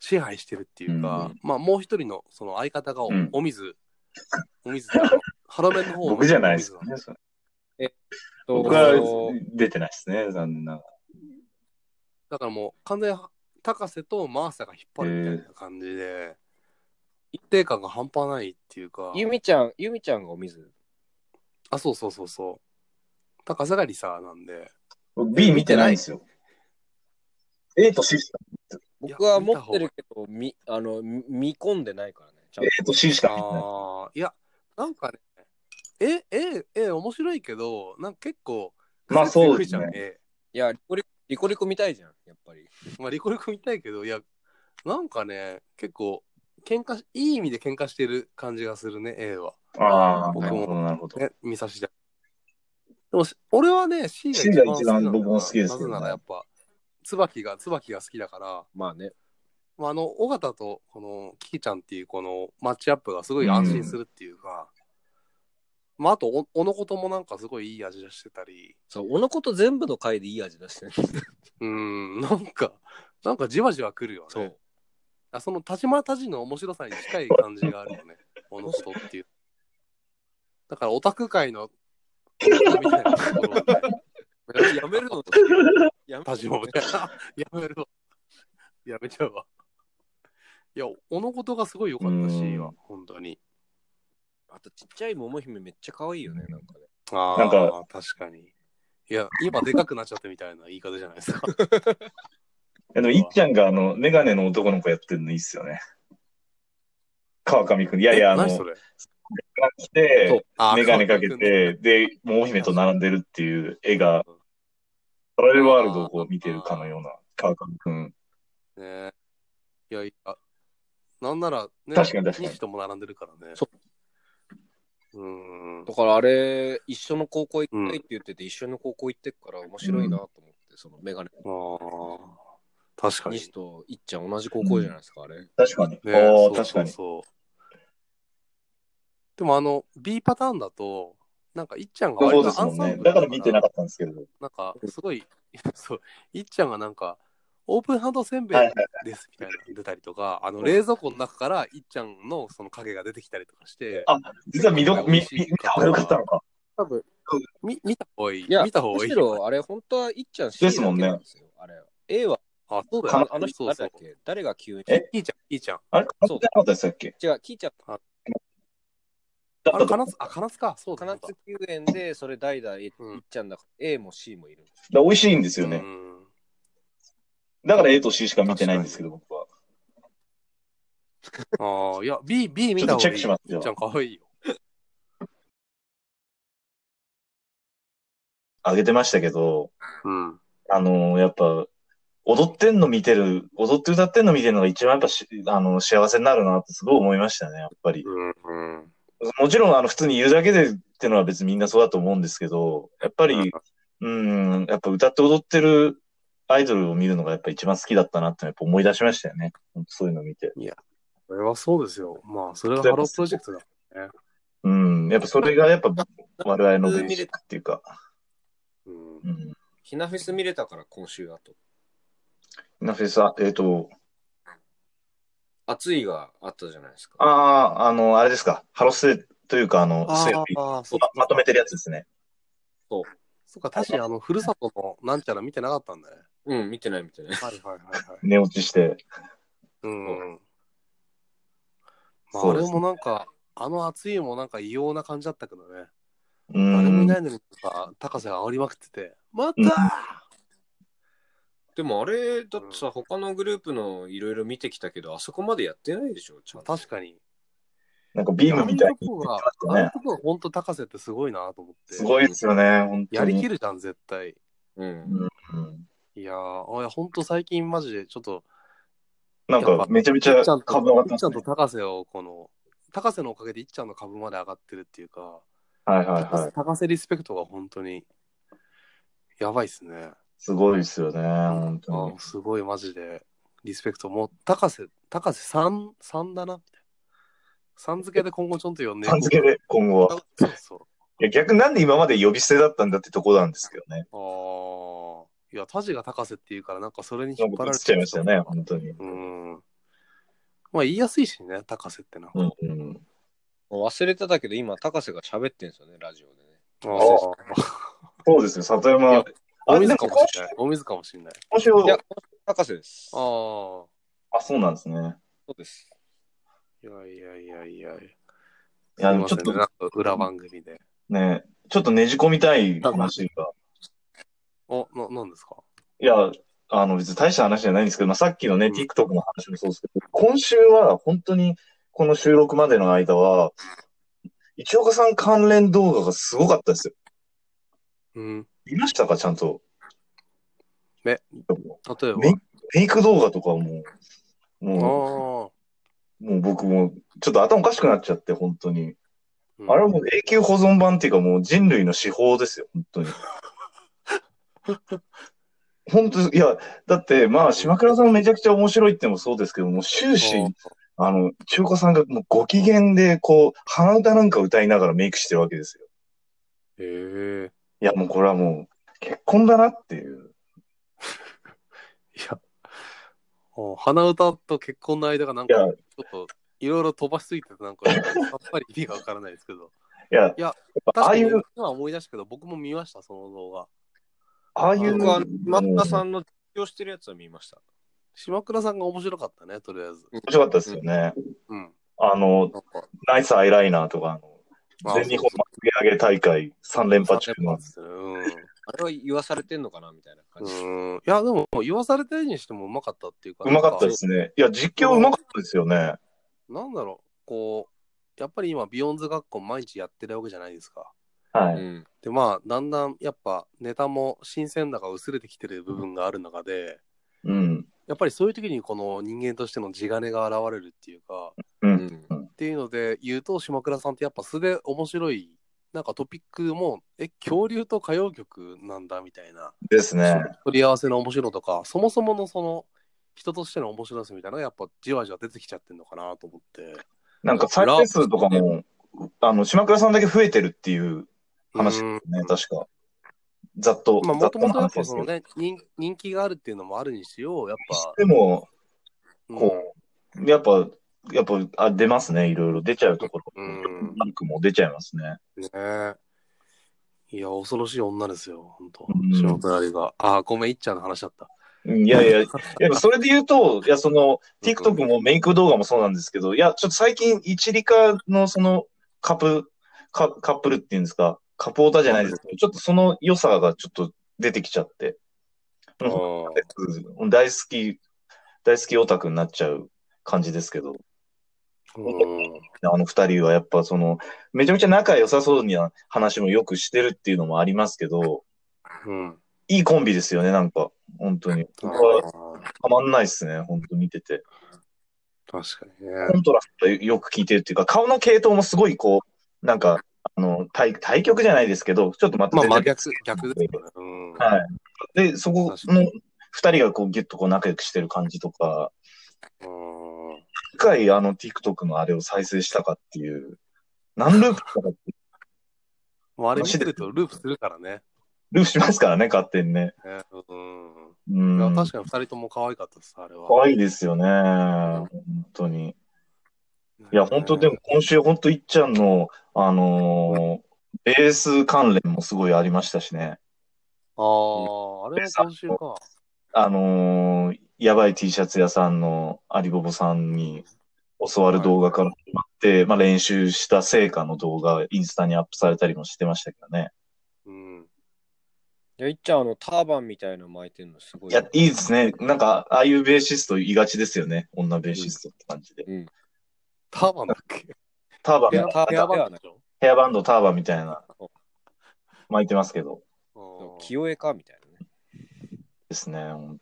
S2: 支配してるっていうか、まあもう一人のその相方がお,、
S3: うん
S2: 水お水ってあのハロメンの方
S3: 僕じゃないです
S2: お
S3: よ
S2: 水
S3: ね。
S4: と
S3: 僕は出てないですね、残念なが
S2: だからもう完全に高瀬とマーサが引っ張るみたいな感じで、一定感が半端ないっていうか
S4: ゆみちゃん、ゆみちゃんがお水。
S2: あそうそうそうそう高瀬がリサーなんで
S3: ら。B 見てないんですよ。A と C しか、
S2: いや
S4: 僕は持ってるけど、み、あの、み見込んでないからね。ちゃんと
S3: A と C しか見てない。
S2: ああ、いや、なんかね、え、え、え、面白いけど、なんか結構、
S3: まあそうです
S2: 癖
S3: ね
S2: 強いじゃんえ
S4: いや、リコリコリコリコ見たいじゃん、やっぱり。
S2: まあ、リコリコ見たいけど、いや、なんかね、結構、喧嘩し、いい意味で喧嘩してる感じがするね、A は。
S3: ああ、
S2: 僕
S3: なる
S2: も
S3: ほど、なるほど。
S2: ね、見させて。でも、俺はね、C が
S3: C が一番僕も好きです
S2: な
S3: けどね
S2: ぜならやっぱ、椿が、椿が好きだから、
S4: まあね。
S2: まあ、あの、尾形と、この、キキちゃんっていう、この、マッチアップがすごい安心するっていうか、まあ、あとお、おのこともなんかすごいいい味出してたり、
S4: そう、おのこと全部の回でいい味出してる。
S2: うーん、なんか、なんかじわじわ来るよね。
S4: そう。
S2: あその、田島田じの面白さに近い感じがあるよ
S3: *laughs*
S2: ね。おのことっていう。だから、オタク界の、みたいなところ
S4: *laughs* やめるの
S2: *laughs*
S4: やめ
S2: 田島みたい
S3: *laughs*
S2: な。やめるわ。やめちゃうわ。いや、おのことがすごい良かった
S3: う
S2: し、
S3: ん
S2: は本当に。
S4: あとちっちゃい桃姫めっちゃ可愛いよね、なんかね。
S2: ああ、
S3: なんか
S2: 確かに。いや、今でかくなっちゃってみたいな言い方じゃないですか。
S3: あの、いっちゃんがあの、メガネの男の子やってるのいいっすよね。川上くん。いやいや、あの、
S2: 何それ
S3: 来て、
S2: あー
S3: メガネかけ
S2: 川上くんね
S3: て、で、桃姫と並んでるっていう絵が、パラレルワールドをこう見てるかのような川上くん。
S2: ねいや、いや、なんなら、ね、
S3: 確かに確かに
S2: 西とも並んでるからね。。
S4: そう
S2: うん。
S4: だからあれ、一緒の高校行きたいって言ってて、一緒の高校行ってっから面白いなと思って、そのメガネ。
S2: ああ、確かに。
S4: 西といっちゃん同じ高校じゃないですか、あれ。
S3: 確かに。
S2: ねそ
S3: お
S2: う
S3: ー、確かに。
S2: そうそう。でもあの、B パターンだと、なんか、いっちゃんが
S3: そう
S2: 割と
S3: です
S2: ア
S3: も
S2: ン
S3: ん
S2: サン
S3: ね
S2: ブ。ル
S3: だから見てなかったんですけど。
S2: なんか、すごい、 *laughs* そう、いっちゃんがなんか、オープンハンドせんべい
S3: はいはい
S2: ですみたいなの出たりとか、あの、冷蔵庫の中からいっちゃんのその影が出てきたりとかして、
S3: あ実は見ど、見、見見た方がよかったのか。
S4: 多分。
S2: み見た方がいい。
S4: いや、
S2: 見た方がいい。
S4: むしろあれ、本当はいっちゃん C
S3: ですもんね
S4: だけなんですよ。あれ。A は、
S2: あ、そうだよ、
S4: あ
S2: ね
S4: の。あの人
S2: そう
S4: 誰
S2: そ
S4: だっ
S2: う。
S4: け誰が急に。
S3: え
S2: いいじゃん、いいじゃん。
S3: あれ、
S4: そ
S3: そううじゃなかったでしたっけ
S4: 違う、聞いちゃった。
S2: あ
S3: だ
S2: の、
S3: ったと
S2: かなつ、あ、かなつか。そうだ
S4: 金津球園で、それ代々いっ
S2: うん
S4: ちゃんだから A も C もいる。
S3: だ美味しいんです
S2: そう
S3: よ
S2: だ
S3: ね。
S2: うん
S3: だから A と C しか見てないんですけど、僕は。
S2: ああ、いや、B、B 見た方がいい。
S3: ちょっとチェックしますよ
S2: いっちゃん可愛いよ。
S3: あげてましたけど、
S2: うん。
S3: あのーやっぱ、踊ってんの見てる、踊って歌ってんの見てるのが一番やっぱし、あの、幸せになるなってすごい思いましたね、やっぱり。
S2: うん。うん。
S3: もちろん、あの、普通に言うだけでっていうのは別にみんなそうだと思うんですけど、やっぱり、うん、やっぱ歌って踊ってるアイドルを見るのがやっぱ一番好きだったなってやっぱ思い出しましたよね。ほんとそういうの見て。
S2: それはそうですよ。まあ、それがハロープロジェクトだ。
S3: うん、やっぱそれがやっぱ我々のベーシックっていうか、
S2: うん。
S3: うん。
S4: ひなフェス見れたから、今週あと。
S3: なフェスは、えっ、と、
S4: 暑いがあったじゃないですか。
S3: ああ、あの、あれですか、ハロステというか、あの、
S2: あ
S3: ステを
S2: あ、そう
S3: ままとめてるやつですね。
S2: そうか、確かにあの、ふるさとのなんちゃら見てなかったんだね。
S4: うん、見てない見てない。 *laughs*
S2: はいはいはいはい。
S3: 寝落ちして。
S2: うん。まあ、
S3: そ
S2: あ
S3: うで
S2: れ
S3: すね
S2: もなんか、あの暑いもなんか異様な感じだったけどね。
S3: う
S2: 誰もい
S3: ん。
S2: ないのに、高瀬が煽りまくってて、また
S3: うん
S4: でもあれ、だってさ、他のグループのいろいろ見てきたけど、あそこまでやってないでしょ、ちゃんと。
S2: 確かに。
S3: なんかビームみたい
S2: ああうと
S3: に
S2: こが、
S3: 言って
S2: あ
S3: ました
S2: あい
S3: ね
S2: う。とこが本当高瀬ってすごいなと思って。
S3: すごいですよね、本当
S2: や
S3: に。
S2: りきるじゃん、絶対。
S1: うん。
S3: うん
S2: いやー、あいや本当最近マジでちょっと、
S3: なん
S2: やっぱ
S3: かめちゃめち
S2: い
S3: ゃ
S2: っちゃんと、
S3: 株上がって
S2: いっ
S3: ま
S2: ちゃ
S3: す
S2: んと
S3: ね。
S2: 高瀬を、この、高瀬のおかげでいっちゃんの株まで上がってるっていうか、
S3: はいはいはい。
S2: 高瀬リスペクトが本当に、やばいっすね。
S3: すごいですよね、本当に
S2: あ。すごい、マジで。リスペクト。もう、高瀬、高瀬3、3だな、みたいな。さん付けで今後ちょっと呼んでい
S3: さん付け
S2: で。
S3: で今後は。
S2: そうそう。
S3: いや、逆になんで今まで呼び捨てだったんだってとこなんですけどね。
S2: ああ。いや、タジが高瀬っていうから、なんかそれに
S3: な
S2: 引っ
S3: ん
S2: 張
S3: から映っ
S2: れて
S3: ちゃいましたね、。本当に。
S2: うん。まあ、言いやすいしね、高瀬ってな。
S3: うんうん。
S4: もう忘れてたけど、今、高瀬が喋ってんですよね、ラジオでね。
S2: ああ
S3: そそうですよ、里山。
S2: お
S3: あれ、な
S2: 水
S3: ん
S2: か
S3: か
S2: もしれない。お水かもしれない。
S3: 今週、
S4: いや、高瀬です。
S2: ああ。
S3: あ、そうなんですね。
S4: そうです。
S2: いやいやいやいやい
S3: や
S2: や。すいません
S3: ちょっと
S2: ねなんか裏番組で。
S3: ねちょっとねじ込みたい話が。
S2: お、な、なんですか
S3: いや、あの、別に大した話じゃないんですけど、まあ、さっきのね、
S2: うん
S3: TikTok の話もそうですけど、今週は本当にこの収録までの間は、一岡さん関連動画がすごかったですよ。
S2: うん。
S3: 見ましたか、ちゃんと。
S2: え例えば
S3: メイメイク動画とかも、も
S2: ああ。
S3: う、もう僕も、ちょっと頭おかしくなっちゃって、本当に。
S2: うん
S3: あれはもう永久保存版っていうかもう人類の至宝ですよ、本当に。 *laughs* 本当、いや、だって、まあ、島倉さんもめちゃくちゃ面白いってのもそうですけども、終始、あの、中華さんがもうご機嫌で、こう、鼻歌なんか歌いながらメイクしてるわけですよ。
S2: へえ。
S3: いや、もうこれはもう、結婚だなっていう。
S2: いや。あ鼻歌と結婚の間がなんか、ち
S3: いや
S2: ょっと、いろいろ飛ばしすぎてて、なんか、やっぱり意味がわからないですけど。
S3: いや、
S2: いや
S3: やっぱ
S2: 確
S3: *laughs* ああ
S2: か
S3: い
S2: に
S3: う、
S2: 今思い出したけど、僕も見ました、その動画。
S3: ああいう、
S4: 僕は、あの
S3: もう
S4: 松田さんの実況してるやつは見ました。
S2: 島倉さんが面白かったね、とりあえず。
S3: 面白かったですよね。
S2: うん。
S3: あの、
S2: なんか、
S3: ナイスアイライナーとか、あ
S2: あ
S3: の、全日本まつげ上げ大会3連覇中
S2: 三連
S3: の
S2: 覇。ですねうん。
S4: あれは言わされてんのかなみたいな感じ。
S2: うん。いや、でも、言わされてるにしてもうまかったっていうか。。
S3: うまかったですすね。いや、実況うまかったですよね。
S2: なんだろう、こう、やっぱり今、ビヨンズ学校毎日やってるわけじゃないですか。
S3: は
S4: う
S3: い。
S4: ん。
S2: で、まあ、だんだん、やっぱ、ネタも新鮮だが薄れてきてる部分がある中で、
S3: うん。
S2: やっぱりそういう時にこの人間としての地金が現れるっていうか、
S3: う。
S4: うんん。
S2: っていうので言うと島倉さんってやっぱ素で面白いなんかトピックもえ恐竜と歌謡曲なんだみたいな
S3: ですね。
S2: 取り合わせの面白とかそもそものその人としての面白さみたいなのがやっぱじわじわ出てきちゃってるのかなと思って
S3: なんか再生数とかも、あの、島倉さんだけ増えてるっていう話
S2: うん
S3: ね、確か。ざっと。
S2: まあも
S3: ざ
S2: と
S3: っと
S2: も
S3: の
S2: とやっ
S3: 話
S2: ぱ
S3: です
S2: そ
S3: けど
S2: のね人人気があるっていうのもあるにしようやっぱ
S3: でも、
S2: うん
S3: こう、やっぱ、やっぱ、あ、出ますね、いろいろ。出ちゃうところ。
S2: うん
S3: ランクも出ちゃいますね。
S2: ねえいや恐ろしい女ですよ本当
S3: うん
S2: 島倉りがあーごめんいっちゃんの話だった
S3: うんいやいや、いや、それで言うと、いや、その、TikTok もメイク動画もそうなんですけど、いや、ちょっと最近、一理科のその、カップ、カカップルっていうんですか、カポータじゃないですけど、ちょっとその良さがちょっと出てきちゃって、うん
S2: あー
S3: 大好き、大好きオタクになっちゃう感じですけど、
S2: うん
S3: あの二人はやっぱその、めちゃめちゃ仲良さそうには話もよくしてるっていうのもありますけど、
S2: うん
S3: いいコンビですよね、なんか。本当に。僕はたまんないですね、本当見てて。
S2: 確かにね。
S3: コントラストよく聞いてるっていうか、顔の系統もすごいこう、なんか、あの、対、対局じゃないですけど、ちょっとまた
S2: まあ、
S3: 全
S2: まあ
S3: 然
S2: 逆、逆ですよね。うん。
S3: はい。で、そこ
S2: 確か
S3: の二人がこうギュッとこう仲良くしてる感じとか、
S2: うん
S3: 一回あの TikTok のあれを再生したかっていう、何ループしたかって
S2: もうあれ見てるとループするからね。
S3: ループしますからね、勝手にね。
S2: ねうん。
S3: う
S2: いや
S3: ん。
S2: 確かに二人とも可愛かったです、あれは。
S3: 可愛いですよね。本当に。いや、本当でも今週、本当いっちゃんの、あのーベース関連もすごいありましたしね。
S2: も。ああ、あれも今週か。
S3: あのーやばい T シャツ屋さんのアリボボさんに教わる動画から始まって、まあ練習した成果の動画、インスタにアップされたりもしてましたけどね。
S2: うん。
S4: いや、いっちゃん、あの、ターバンみたいの巻いてんのすごい。
S3: いや、いいですね。なんか、ああいうベーシストいがちですよね。女ベーシストって感じで。
S4: うん。
S2: ターバンだっけ
S3: ターバン
S1: ヘ
S3: み
S1: ア
S3: たい
S4: タ
S1: ヘアバ
S4: ー
S3: な、
S1: ンドでしょ
S3: ヘアバンド、ターバンみたいな、巻いてますけど、
S2: うん
S4: 清江かみたいなね。
S3: ですね。本当に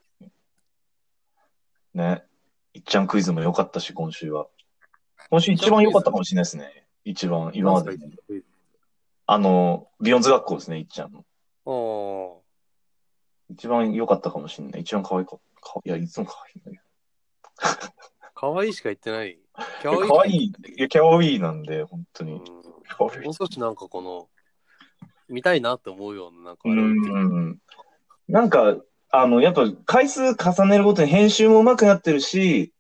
S3: ね、いっちゃんクイズも良かったし、今週は。今週一番良かったかもしれないですね。一番、今までで。あの、ビヨンズ学校ですね、いっちゃんの。
S2: お
S3: 一番良かったかもしれない。一番可愛いか、かいや、いつも可愛いんだけど。
S2: かわいいしか言ってない。か
S3: いや可愛い、いや、キャワイイなんで、本当に。可愛い
S2: もう少しなんかこの、見たいなって思うような、なんか
S3: うんうん。なんか、あの、やっぱ回数重ねるごとに編集も上手くなってるし、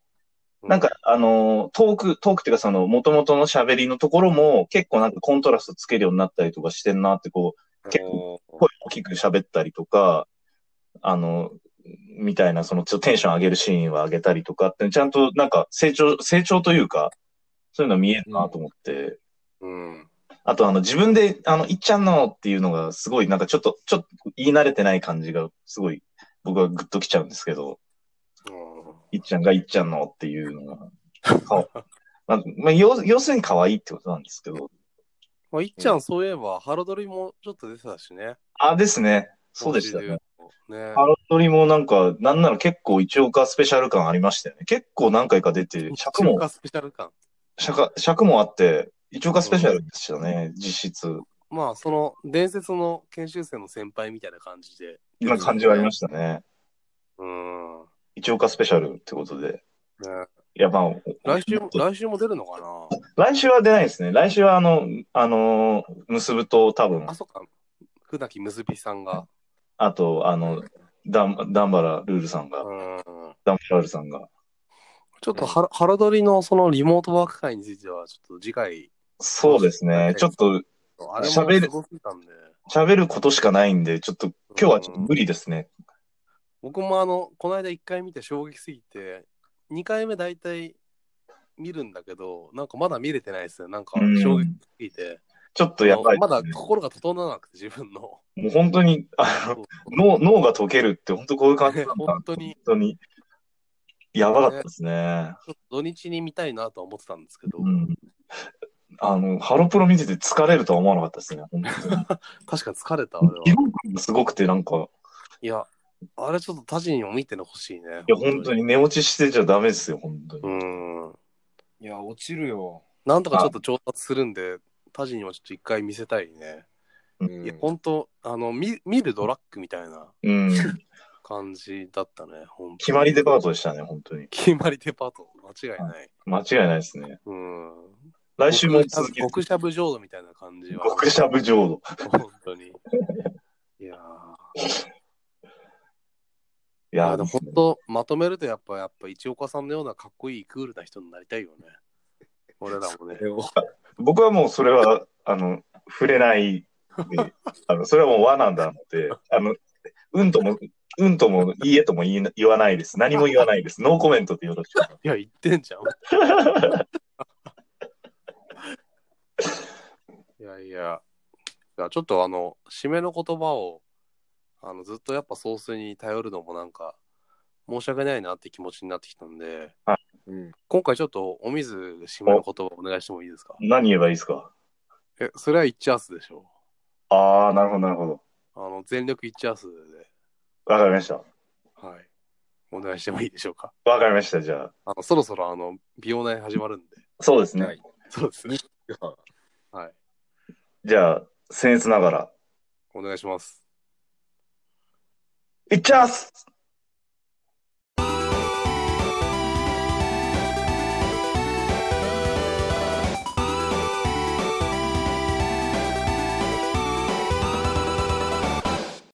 S3: なんか、、あの、トーク、トークっていうかその、元々の喋りのところも結構なんかコントラストつけるようになったりとかしてんなって、こう、結構
S4: おー
S3: 声大きく喋ったりとか、あの、みたいな、その、ちょっとテンション上げるシーンは上げたりとかって、ちゃんとなんか成長、成長というか、そういうの見えるなと思って、
S2: うん。
S3: あと、あの、自分で、あの、いっちゃんのっていうのが、すごい、なんかちょっと、ちょっと言い慣れてない感じが、すごい、僕はグッときちゃうんですけど、いっちゃんがいっちゃんのっていうのが、かまあ、まあ、要要するに可愛いってことなんですけど、
S2: まあ、いっちゃん、そういえば、ハロドリもちょっと出てたしね。
S3: あ、ですね。そうでしたね。
S2: ね。
S3: ハロドリもなんか、なんなら結構一応かスペシャル感ありましたよね。結構何回か出て、尺
S2: 中
S3: も、
S2: 華スペシャル感。
S3: 尺尺もあって、一応かスペシャルでしたね、実質。
S2: まあ、その、伝説の研修生の先輩みたいな感じで。
S3: な感じはありましたね。
S2: うん。ね、
S3: 一応かスペシャルってことで。いや、まあ、
S2: 来週も、来週も出るのか
S3: 来週は出ないですね。来週はあの、あのー、結ぶと多分
S2: なあ、、そっか。船木結びさんが。
S3: あと、あの、ダン、ダンバラルールさんが、
S2: うん。
S3: ダンバラルさんが、
S2: ちょっとハロ、ハロドリのそのリモートワーク会については、ちょっと次回、
S3: そうですね。ちょっと、
S2: あれも
S3: 喋る
S2: すごすぎたんで。
S3: 喋ることしかないんで、ちょっと、今日はちょっと無理ですね。
S2: 僕もあの、この間1回見て衝撃すぎて、2回目大体見るんだけど、なんかまだ見れてないですね。なんか
S3: うん
S2: 衝撃すぎて。
S3: ちょっとやばいで
S2: ますだ
S3: ね。
S2: 心が整わなくて、自分の。
S3: もう本当に、 *laughs* あの、脳、脳が溶けるって、本当こういう感じなんだ。
S2: 本当に。
S3: 本当に。やばかったですね。
S2: ちょっと土日に見たいなとは思ってたんですけど、
S3: うん。あの、ハロプロ見てて疲れるとは思わなかったですね。本
S2: 確かに疲れた、あ
S3: 当
S2: れは
S3: に。 *laughs* 疲。労感がすごくて、なんか、
S2: いや、あれちょっとタジにも見てのほしいね。
S3: いや、本当に寝落ちしてちゃダメですよ、本当に。
S2: うん。
S4: いや、落ちるよ。
S2: なんとかちょっと調達するんで、タジにはちょっと一回見せたいね。
S4: うん
S2: いや、本当あの、見見るドラッグみたいな
S3: うん。
S2: 感じだったね、ほんと
S3: 決まりデパートでしたね、本当に。
S2: 決まりデパート、間違いない。
S3: 間違いないですね。
S2: うん。
S3: 来週も続き、
S2: 極しゃぶ浄土みたいな感じは。
S3: 極しゃぶ浄土。
S2: 本当に。いやー
S3: い
S2: いや
S3: や
S2: で
S3: ー、で
S2: も
S3: も
S2: 本当まとめるとやっぱ、やっぱ、一岡さんのようなかっこいいクールな人になりたいよね。俺らもね。
S3: 僕はもうそれは、あの、触れない
S4: *laughs*
S3: であの、それはもう和なんだって、あの、うんとも、うんとも、いいえとも言いな言わないです。何も言わないです。ノーコメントでよろしく。
S2: いや、言ってん *laughs* じゃん。いやいや。いやちょっとあの、締めの言葉を、あの、ずっとやっぱソースに頼るのもなんか、申し訳ないなって気持ちになってきたんで、
S4: うん
S2: 今回ちょっとお水、締めの言葉お願いしてもいいですか
S3: 何言えばいいですか
S2: え、それは一致アースでしょ
S3: あー、なるほど、なるほど。
S2: あの、全力一致アースで、
S3: わかりました。
S2: はい。お願いしてもいいでしょうか
S3: わかりました、じゃあ。
S2: あの、そろそろあの、美容内始まるんで。
S3: そうです
S4: は
S3: ね
S4: い。
S2: そうですね。
S4: い
S2: *laughs* はい。
S3: じゃあ、僭越ながら。
S2: お願いします。
S3: いっちゃーす